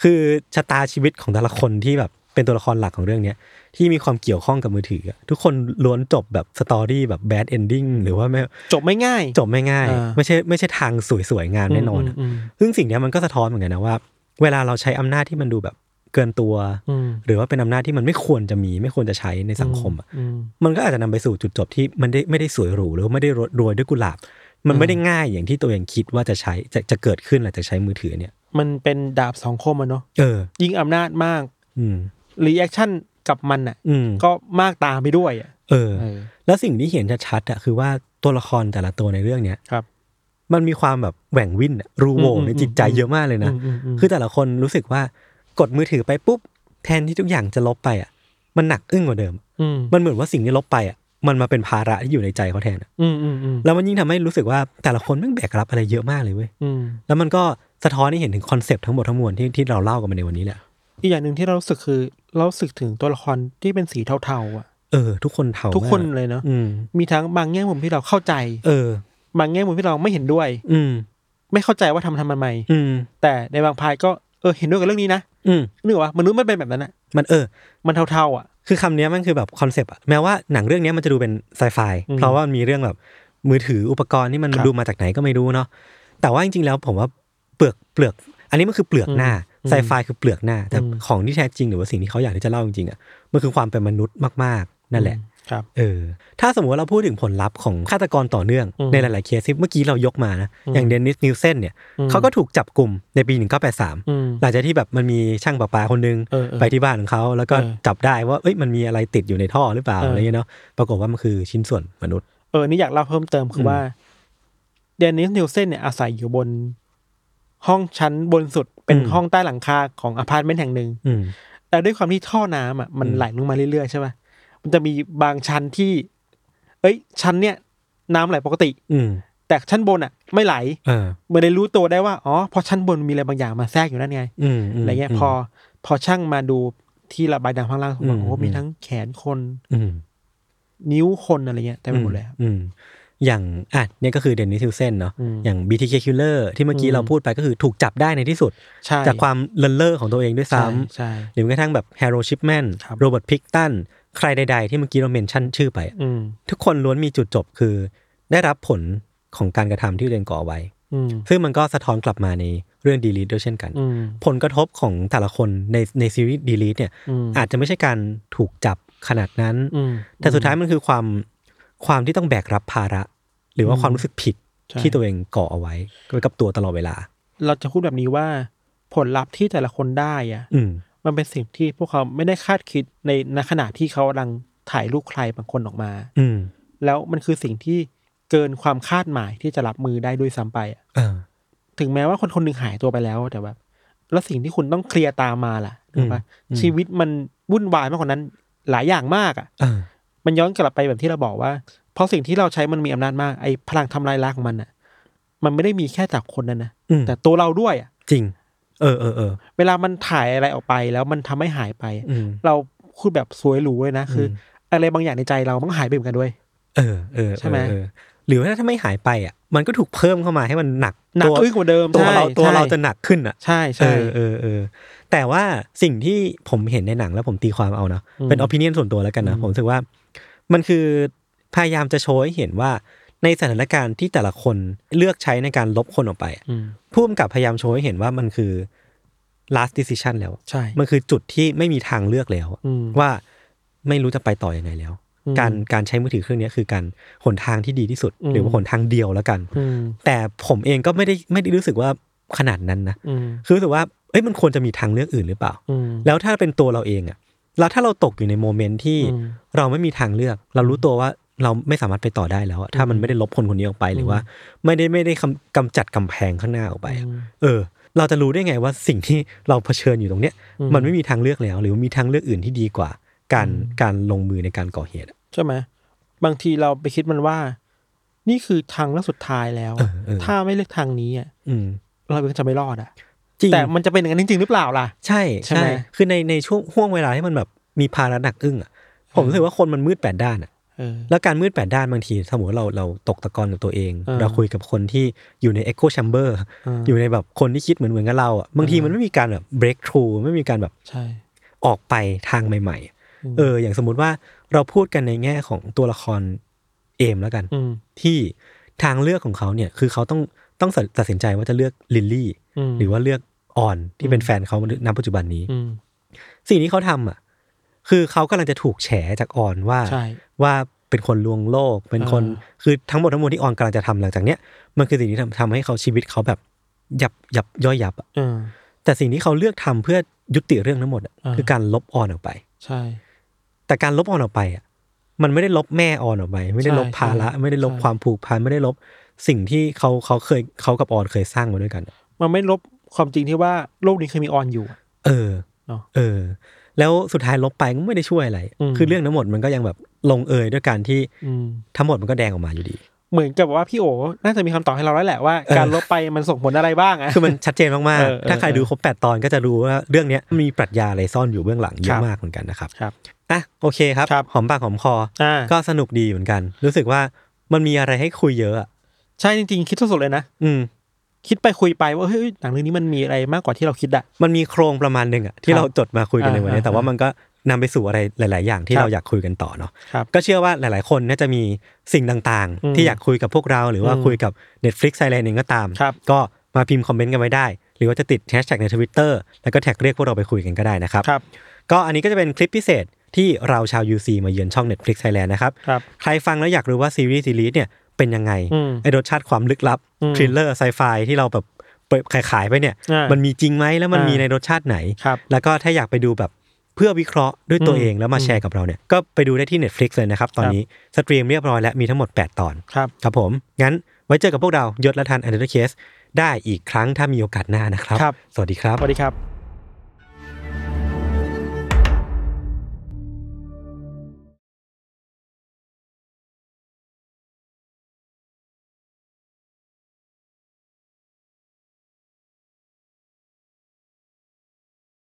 Speaker 1: คือชะตาชีวิตของแต่ละคนที่แบบเป็นตัวละครหลักของเรื่องเนี้ยที่มีความเกี่ยวข้องกับมือถืออะทุกคนล้วนจบแบบสตอรี่แบบ bad ending หรือว่าแม้
Speaker 2: จบไม่ง่าย
Speaker 1: จบไม่ง่าย
Speaker 2: อ่า
Speaker 1: ไม่ใช่ไม่ใช่ทางสวยๆงามแน่นอนอะ
Speaker 2: อืม
Speaker 1: ซึ่งสิ่งเนี้ยมันก็สะท้อนเหมือนกันนะว่า เวลาเราใช้อำนาจที่มันดูแบบเกินตัว
Speaker 2: อืม
Speaker 1: หรือว่าเป็นอำนาจที่มันไม่ควรจะมีไม่ควรจะใช้ในสังคมอะ
Speaker 2: อืม
Speaker 1: มันก็อาจจะนำไปสู่จุดจบที่มันได้ไม่ได้สวยหรูหรือว่าไม่ได้โรวยด้วยกุหลาบ มันไม่ได้ง่ายอย่างที่ตัวเองคิดว่าจะใช้จะจะเกิดขึ้นหลังจากใช้มือถือเนี่ย
Speaker 2: มันเป็นดาบสองคมอะเนาะ
Speaker 1: เออ
Speaker 2: ยิ่งอำนาจมาก
Speaker 1: อืม
Speaker 2: รีแอคชั่นกับมันอ่ะ
Speaker 1: อืม
Speaker 2: ก็มากตามไปด้วยอ่ะ
Speaker 1: เออ
Speaker 2: เออ
Speaker 1: แล้วสิ่งที่เห็นชัดๆอะคือว่าตัวละครแต่ละตัวในเรื่องเนี้ย
Speaker 2: ครับ
Speaker 1: มันมีความแบบแหว่งวินอะรูโหว
Speaker 2: อืมอืม
Speaker 1: ในจิตใจ
Speaker 2: อืม
Speaker 1: เยอะมากเลยนะ
Speaker 2: มมม
Speaker 1: คือแต่ละคนรู้สึกว่ากดมือถือไปปุ๊บ แทนที่ทุกอย่างจะลบไปอ่ะ มันหนักอึ้งกว่าเดิม
Speaker 2: ม
Speaker 1: มันเหมือนว่าสิ่งที่ลบไปอ่ะมันมาเป็นภาระที่อยู่ในใจเขาแทนอะ
Speaker 2: อืมอืมอืม
Speaker 1: แล้วมันยิ่งทำให้รู้สึกว่าแต่ละคนแม่งแบกรับอะไรเยอะมากเลยเว้ย
Speaker 2: อืม
Speaker 1: แล้วมันก็สะท้อนให้เห็นถึงคอนเซปต์ทั้งหมดทั้งมวลที่ที่เราเล่ากันมาในวันนี้แหละ
Speaker 2: อีกอย่างหนึ่งที่เรารู้สึกคือเรารู้สึกถึงตัวละครที่เป็นสีเทาๆอ่ะ
Speaker 1: เออ ทุกคนเท่า
Speaker 2: ทุกคน
Speaker 1: มา
Speaker 2: เลยเนาะ
Speaker 1: อืม
Speaker 2: มีทั้งบางแง่มุมที่เราเข้าใจ
Speaker 1: เออ
Speaker 2: บางแง่มุมที่เราไม่เห็นด้วย
Speaker 1: อืม
Speaker 2: ไม่เข้าใจว่าทำทำทำไม
Speaker 1: อืม
Speaker 2: แต่ในบางพายก็เออเห็นด้วยกับเรื่องนี้นะ
Speaker 1: อืม
Speaker 2: นึกออกว่ามนุษย์มันเป็นแบบนั้นอ่ะ
Speaker 1: มันเออ
Speaker 2: มันเท่าๆอ่ะ
Speaker 1: คือคำเนี้ยมันคือแบบคอนเซปต์อะแม้ว่าหนังเรื่องเนี้ยมันจะดูเป็นไซไฟ
Speaker 2: อืม
Speaker 1: เพราะว่ามันมีเรื่องแบบมือถืออุปกรณ์ที่มัน
Speaker 2: ครับ
Speaker 1: ดูมาจากไหนก็ไม่รู้เนาะแต่ว่าจริงๆแล้วผมว่าเปลือกเปลือก อันนี้มันคือเปลือกหน้า
Speaker 2: อืม
Speaker 1: ไซไฟคือเปลือกหน้า แต่
Speaker 2: อืม
Speaker 1: ของที่แท้จริงหรือว่าสิ่งที่เขาอยากที่จะเล่าจริงๆอะมันคือความเป็นมนุษย์มากๆ นั่นแหละ
Speaker 2: ครับ
Speaker 1: เออ ถ้าสมมติว่าเราพูดถึงผลลัพธ์ของฆาตกรต่อเนื่อง
Speaker 2: อืม
Speaker 1: ในหลาย ๆเคสที่เมื่อกี้เรายกมานะ
Speaker 2: อืม
Speaker 1: อย่างเดนนิสนิวเซนเนี่ยเขาก็ถูกจับกลุ่มในปี 1983
Speaker 2: อืม
Speaker 1: หลังจากที่แบบมันมีช่างประปาคนนึง
Speaker 2: เออเออ
Speaker 1: ไปที่บ้านของเขาแล้วก็
Speaker 2: เออ
Speaker 1: จับได้ว่าเอ้ยมันมีอะไรติดอยู่ในท่อหรือเปล่า
Speaker 2: เอออ
Speaker 1: อะไรเงี้ยเนาะปรากฏว่ามันคือชิ้นส่วนมนุษย์
Speaker 2: เออนี่อยากเล่าเพิ่มเติมคือ
Speaker 1: ม
Speaker 2: ว่าเดนนิสนิวเซนเนี่ยอาศัยอยู่บน ห้องชั้นบนสุดเป็นห้องใต้หลังคาของอพาร์ตเมนต์แห่งหนึ่ง
Speaker 1: อืม
Speaker 2: แต่ด้วยความที่ท่อน้ำอ่ะมัน
Speaker 1: อืม
Speaker 2: ไหลลงมาเรื่อยๆใช่ป่ะมันจะมีบางชั้นที่ เอ้ย ชั้นเนี่ย น้ำไหลปกติ
Speaker 1: อืม
Speaker 2: แต่ชั้นบนอ่ะ ไม่ไหล
Speaker 1: เออ
Speaker 2: เหมื่อนได้รู้ตัวได้ว่าอ๋อเพราะชั้นบนมีอะไรบางอย่างมาแทรกอยู่นั่นไง
Speaker 1: อืมม
Speaker 2: อะไรเงี้ยพอพอช่างมาดูที่ระบายน้ำข้างล่าง
Speaker 1: อืม
Speaker 2: บอกโอ้โห
Speaker 1: อืม
Speaker 2: มีทั้งแขนคน
Speaker 1: อืม
Speaker 2: นิ้วคนอะไรเงี้ยเต็มไปหมดเลยครับ
Speaker 1: อืม อย่างอ่ะเนี่ยก็คือเดนนิสซิลเซนเนาะ
Speaker 2: อืม
Speaker 1: อย่าง BTK Killer ที่เมื่อกี้
Speaker 2: อืม
Speaker 1: เราพูดไปก็คือถูกจับได้ในที่สุด
Speaker 2: ใช่
Speaker 1: จากความเลินเล่อของตัวเองด้วย
Speaker 2: ใช่
Speaker 1: ซ้ำ
Speaker 2: ใช่
Speaker 1: หรือแม้กระทั่งแบบแฮร์โรชิปแมน
Speaker 2: ครับ
Speaker 1: โรเบิร์ตพิกตัน ใครใด ๆ ที่เมื่อกี้เราเมนชั่นชื่อไป
Speaker 2: อืม
Speaker 1: ทุกคนล้วนมีจุดจบคือ ได้รับผลของการกระทำที่ตัวเรียนก่อไว้
Speaker 2: อืม
Speaker 1: ซึ่งมันก็สะท้อนกลับมาในเรื่องดีลีทด้วยเช่นกัน
Speaker 2: อืม
Speaker 1: ผลกระทบของแต่ละคนในในซีรีส์ดีลีทเนี่ย
Speaker 2: อืม
Speaker 1: อาจจะไม่ใช่การถูกจับขนาดนั้น
Speaker 2: อืม
Speaker 1: แต่สุดท้ายมันคือความความที่ต้องแบกรับภาระ หรือว่า
Speaker 2: อืม
Speaker 1: ความรู้สึกผิด
Speaker 2: ใช่
Speaker 1: ที่ตัวเองก่อเอาไว้ไว้กับตัวตลอดเวลา
Speaker 2: เราจะพูดแบบนี้ว่า ผลลัพธ์ที่แต่ละคนได้อ่ะ
Speaker 1: อืม
Speaker 2: มันเป็นสิ่งที่พวกเขาไม่ได้คาดคิดในในขณะที่เขากำลังถ่ายรูปใครบางคนออกมา
Speaker 1: อืม
Speaker 2: แล้วมันคือสิ่งที่เกินความคาดหมายที่จะรับมือได้ด้วยซ้ำไปอะ
Speaker 1: เออ
Speaker 2: ถึงแม้ว่าคนคนหนึ่งหายตัวไปแล้วแต่แบบแล้วสิ่งที่คุณต้องเคลียร์ตามมาล่ะถูกปะ
Speaker 1: อืม
Speaker 2: ชีวิตมันวุ่นวายมากกว่านั้นหลายอย่างมากอ่ะ
Speaker 1: เออ
Speaker 2: มันย้อนกลับไปแบบที่เราบอกว่า เพราะสิ่งที่เราใช้มันมีอำนาจมากไอ้พลังทำลายล้างของมันอ่ะ มันไม่ได้มีแค่จากคนนั้นนะ
Speaker 1: อืม
Speaker 2: แต่ตัวเราด้วยอ่ะ
Speaker 1: จริง เออเออเออ
Speaker 2: เวลามันถ่ายอะไรออกไปแล้วมันทำให้หายไปอะ
Speaker 1: อืม
Speaker 2: เราพูดแบบสวยหรูเลยนะ คือ อะไรบางอย่างในใจเรามันก็หายไปเหมือนกันด้วย
Speaker 1: เออเออ
Speaker 2: ใช่ไหม
Speaker 1: เออเออหรือว่าถ้าไม่หายไปอ่ะ มันก็ถูกเพิ่มเข้ามาให้มันหนัก
Speaker 2: หนัก
Speaker 1: ตัว
Speaker 2: อึ้งกว่าเดิม
Speaker 1: ตัว
Speaker 2: ใช่
Speaker 1: เราตัว
Speaker 2: ใช่
Speaker 1: เราจะหนักขึ้นอ่ะ
Speaker 2: ใช่
Speaker 1: เอ
Speaker 2: ใช่
Speaker 1: อเออเออแต่ว่าสิ่งที่ผมเห็นในหนังแล้วผมตีความเอานะ
Speaker 2: อืม
Speaker 1: เป็นอภินิยนส่วนตัวแล้วกันนะ
Speaker 2: อืม
Speaker 1: ผมรู้สึกว่า มันคือพยายามจะโชว์ให้เห็นว่าในสถานการณ์ที่แต่ละคนเลือกใช้ในการลบคนออกไปอะ
Speaker 2: อืม
Speaker 1: ผู้กำกับพยายามโชว์ให้เห็นว่ามันคือ last decision แล้วอะ
Speaker 2: ใช่
Speaker 1: มันคือจุดที่ไม่มีทางเลือกแล้วอะ
Speaker 2: อืม
Speaker 1: ว่าไม่รู้จะไปต่ออยังไงแล้ว
Speaker 2: อืม
Speaker 1: การการใช้มือถือเครื่องนี้คือการหนทางที่ดีที่สุด
Speaker 2: อืม
Speaker 1: หรือว่าหนทางเดียวแล้วกัน
Speaker 2: อืม
Speaker 1: แต่ผมเองก็ไม่ได้ไม่ได้รู้สึกว่าขนาดนั้นนะ
Speaker 2: อืม
Speaker 1: คือรู้สึกว่าเอ้ยมันควรจะมีทางเลือกอื่นหรือเปล่า
Speaker 2: อืม
Speaker 1: แล้วถ้าเป็นตัวเราเองอะแล้วถ้าเราตกอยู่ในโมเมนต์ที่
Speaker 2: อืม
Speaker 1: เราไม่มีทางเลือก เรารู้ตัวว่าเราไม่สามารถไปต่อได้แล้วอะถ้ามันไม่ได้ลบคนคนนี้ออกไปหรือว่า ไม่ได้ไม่ได้กำกำจัดกำแพงข้างหน้าออกไปอะ
Speaker 2: อืม
Speaker 1: เออ เราจะรู้ได้ไงว่าสิ่งที่เราเผชิญอยู่ตรงเนี้ย
Speaker 2: อืม
Speaker 1: มันไม่มีทางเลือกแล้ว หรือมีทางเลือกอื่นที่ดีกว่า การการลงมือในการก่อเหตุอะ
Speaker 2: ใช่ไหมบางทีเราไปคิดมันว่า นี่คือทางเลือกสุดท้ายแล้ว
Speaker 1: เอ
Speaker 2: อะ
Speaker 1: อเออ
Speaker 2: ถ้าไม่เลือกทางนี้อะ
Speaker 1: อืม
Speaker 2: เราเองจะไม่รอดอ่ะ
Speaker 1: จริง
Speaker 2: แต่มันจะเป็นอย่างนั้นจริงๆหรือเปล่าล่ะ
Speaker 1: ใช่
Speaker 2: ใช่ไหม
Speaker 1: คือในในช่วงห่วงเวลาที่มันแบบมีภาระหนักอึ้งอ่ะผมรู้สึกว่าคนมันมืดแปดด้านอ่ะ
Speaker 2: เออ
Speaker 1: แล้วการมืดแปดด้านบางทีสมมติเราเราตกตะกอนกับตัวเอง
Speaker 2: อ่า
Speaker 1: เราคุยกับคนที่อยู่ใน Echo Chamber
Speaker 2: อ่า
Speaker 1: อยู่ในแบบคนที่คิดเหมือนเหมือนกับเราอ่ะบางทีมันไม่มีการแบบ break through ไม่มีการแบบ
Speaker 2: ใช่
Speaker 1: ออกไปทางใหม่
Speaker 2: ม
Speaker 1: ๆ เออ อย่างสมมติว่าเราพูดกันในแง่ของตัวละครเอมแล้วกัน
Speaker 2: ม
Speaker 1: ที่ทางเลือกของเขาเนี่ยคือเขาต้องต้องตัดสินใจว่าจะเลือกลิลลี่
Speaker 2: ม
Speaker 1: หรือว่าเลือกออนที่เป็นแฟนเขาณปัจจุบันนี้
Speaker 2: อืม
Speaker 1: สิ่งที่เขาทำอ่ะ คือเขากำลังจะถูกแฉจากออนว่า
Speaker 2: ใช่
Speaker 1: ว่าเป็นคนลวงโลก เป็นคน
Speaker 2: อ่
Speaker 1: คือทั้งหมดทั้งมวลที่ออนกำลังจะทำหลังจากเนี้ยมันคือสิ่งที่ทำทำให้เขาชีวิตเขาแบบยับยับย่อยยับอะ
Speaker 2: า
Speaker 1: แต่สิ่งที่เขาเลือกทำเพื่อยุติเรื่องทั้งหมดอะ
Speaker 2: อ่า
Speaker 1: คือการลบออนออกไป
Speaker 2: ใช่
Speaker 1: แต่การลบออนออกไปอ่ะมันไม่ได้ลบแม่ออนออกไป ไม่ได้ลบ
Speaker 2: ใช่
Speaker 1: ภาระ
Speaker 2: ใช่
Speaker 1: ไม่ได้ลบ
Speaker 2: ใช่
Speaker 1: ความผูกพันไม่ได้ลบสิ่งที่เขาเขาเคยเขากับออนเคยสร้างมาด้วยกันอะ
Speaker 2: มันไม่ลบความจริงที่ว่าโลกนี้เคยมีออนอยู่อะ
Speaker 1: เออ
Speaker 2: เนอะ
Speaker 1: เออ แล้วสุดท้ายลบไปก็ไม่ได้ช่วยอะไร
Speaker 2: อืม
Speaker 1: คือเรื่องทั้งหมดมันก็ยังแบบลงเอยด้วยการที่
Speaker 2: อืม
Speaker 1: ทั้งหมดมันก็แดงออกมาอยู่ดี
Speaker 2: เหมือนกับว่าพี่โอ น่าจะมีคำตอบให้เราแล้วแหละว่า
Speaker 1: เออ
Speaker 2: การลบไปมันส่งผลอะไรบ้างอะ
Speaker 1: คือมันชัดเจนมาก
Speaker 2: เออเอ
Speaker 1: ๆ
Speaker 2: อ
Speaker 1: ถ้าใครดูครบแปดตอนก็จะรู้ว่าเรื่องเนี้ยมีปรัชญาอะไรซ่อนอยู่เบื้องหลังเย
Speaker 2: ครั
Speaker 1: อะ
Speaker 2: บ
Speaker 1: มากเหมือนกันนะครับ
Speaker 2: ครับ
Speaker 1: อ่ะโอเคครับ
Speaker 2: ครับ
Speaker 1: หอมปากหอมคอ
Speaker 2: อ่า
Speaker 1: ก็สนุกดีเหมือนกัน รู้สึกว่ามันมีอะไรให้คุยเยอะอะ
Speaker 2: ใช่จริงๆ คิดสดๆเลยนะ
Speaker 1: อืม
Speaker 2: คิดไปคุยไปว่าเฮ้ยหนังเรื่องนี้มันมีอะไรมากกว่าที่เราคิดอะ
Speaker 1: มันมีโครงประมาณหนึ่งอะที่
Speaker 2: ครับ
Speaker 1: เราจดมาคุยกันในวันนี้
Speaker 2: อ่า
Speaker 1: แต่ว่ามันก็นำไปสู่อะไรหลาย ๆ อย่างที่
Speaker 2: ครับ
Speaker 1: เราอยากคุยกันต่อเนาะ
Speaker 2: ครับ
Speaker 1: ก็เชื่อว่าหลาย ๆ คนน่าจะมีสิ่งต่าง
Speaker 2: อืม
Speaker 1: ๆ ที่อยากคุยกับพวกเรา หรือว่า
Speaker 2: อืม
Speaker 1: คุยกับ Netflix t h a i l a n d เองก็ตาม
Speaker 2: ครับ
Speaker 1: ก็มาพิมพ์คอมเมนต์กันไว้ได้ หรือว่าจะติดแฮชแท็กในทวิตเตอร์แล้วก็แท็กเรียกพวกเราไปคุยกันก็ได้นะครับ
Speaker 2: ครับ
Speaker 1: ก็อันนี้ก็จะเป็นคลิปพิเศษที่เราชาว UC มาเยือนช่อง Netflix Thailand นะครับ
Speaker 2: ครับ
Speaker 1: ใครฟังแล้วอยากรู้ว่าซีรีส์ซีรีส์เนี่ยเป็นยังไง
Speaker 2: อืม
Speaker 1: ไอรสชาติความลึกลับ
Speaker 2: อืม
Speaker 1: ทริลเลอร์ไซไฟที่เราแบบเปิดขายๆไปเนี่ย
Speaker 2: อ่ามั
Speaker 1: มันมีจริงไหมแล้วมัน
Speaker 2: อ่ามี
Speaker 1: มีในรสชาติไหน
Speaker 2: ครับ
Speaker 1: แล้วก็ถ้าอยากไปดูแบบเพื่อวิเคราะห์ด้วยตัวเองแล้วมาแชร์กับเราเนี่ย ก็ไปดูได้ที่ Netflix เลยนะครับ ตอนนี้สตรีมเรียบร้อยและมีทั้งหมด 8 ตอน
Speaker 2: ครับ
Speaker 1: ครับผม งั้นไว้เจอกับพวกเรายศและทัน a n o t h e r Case ได้อีกครั้งถ้ามีโอกาสหน้านะครับ
Speaker 2: ครับ
Speaker 1: สวัสดีครับ
Speaker 2: สวัสดีครับ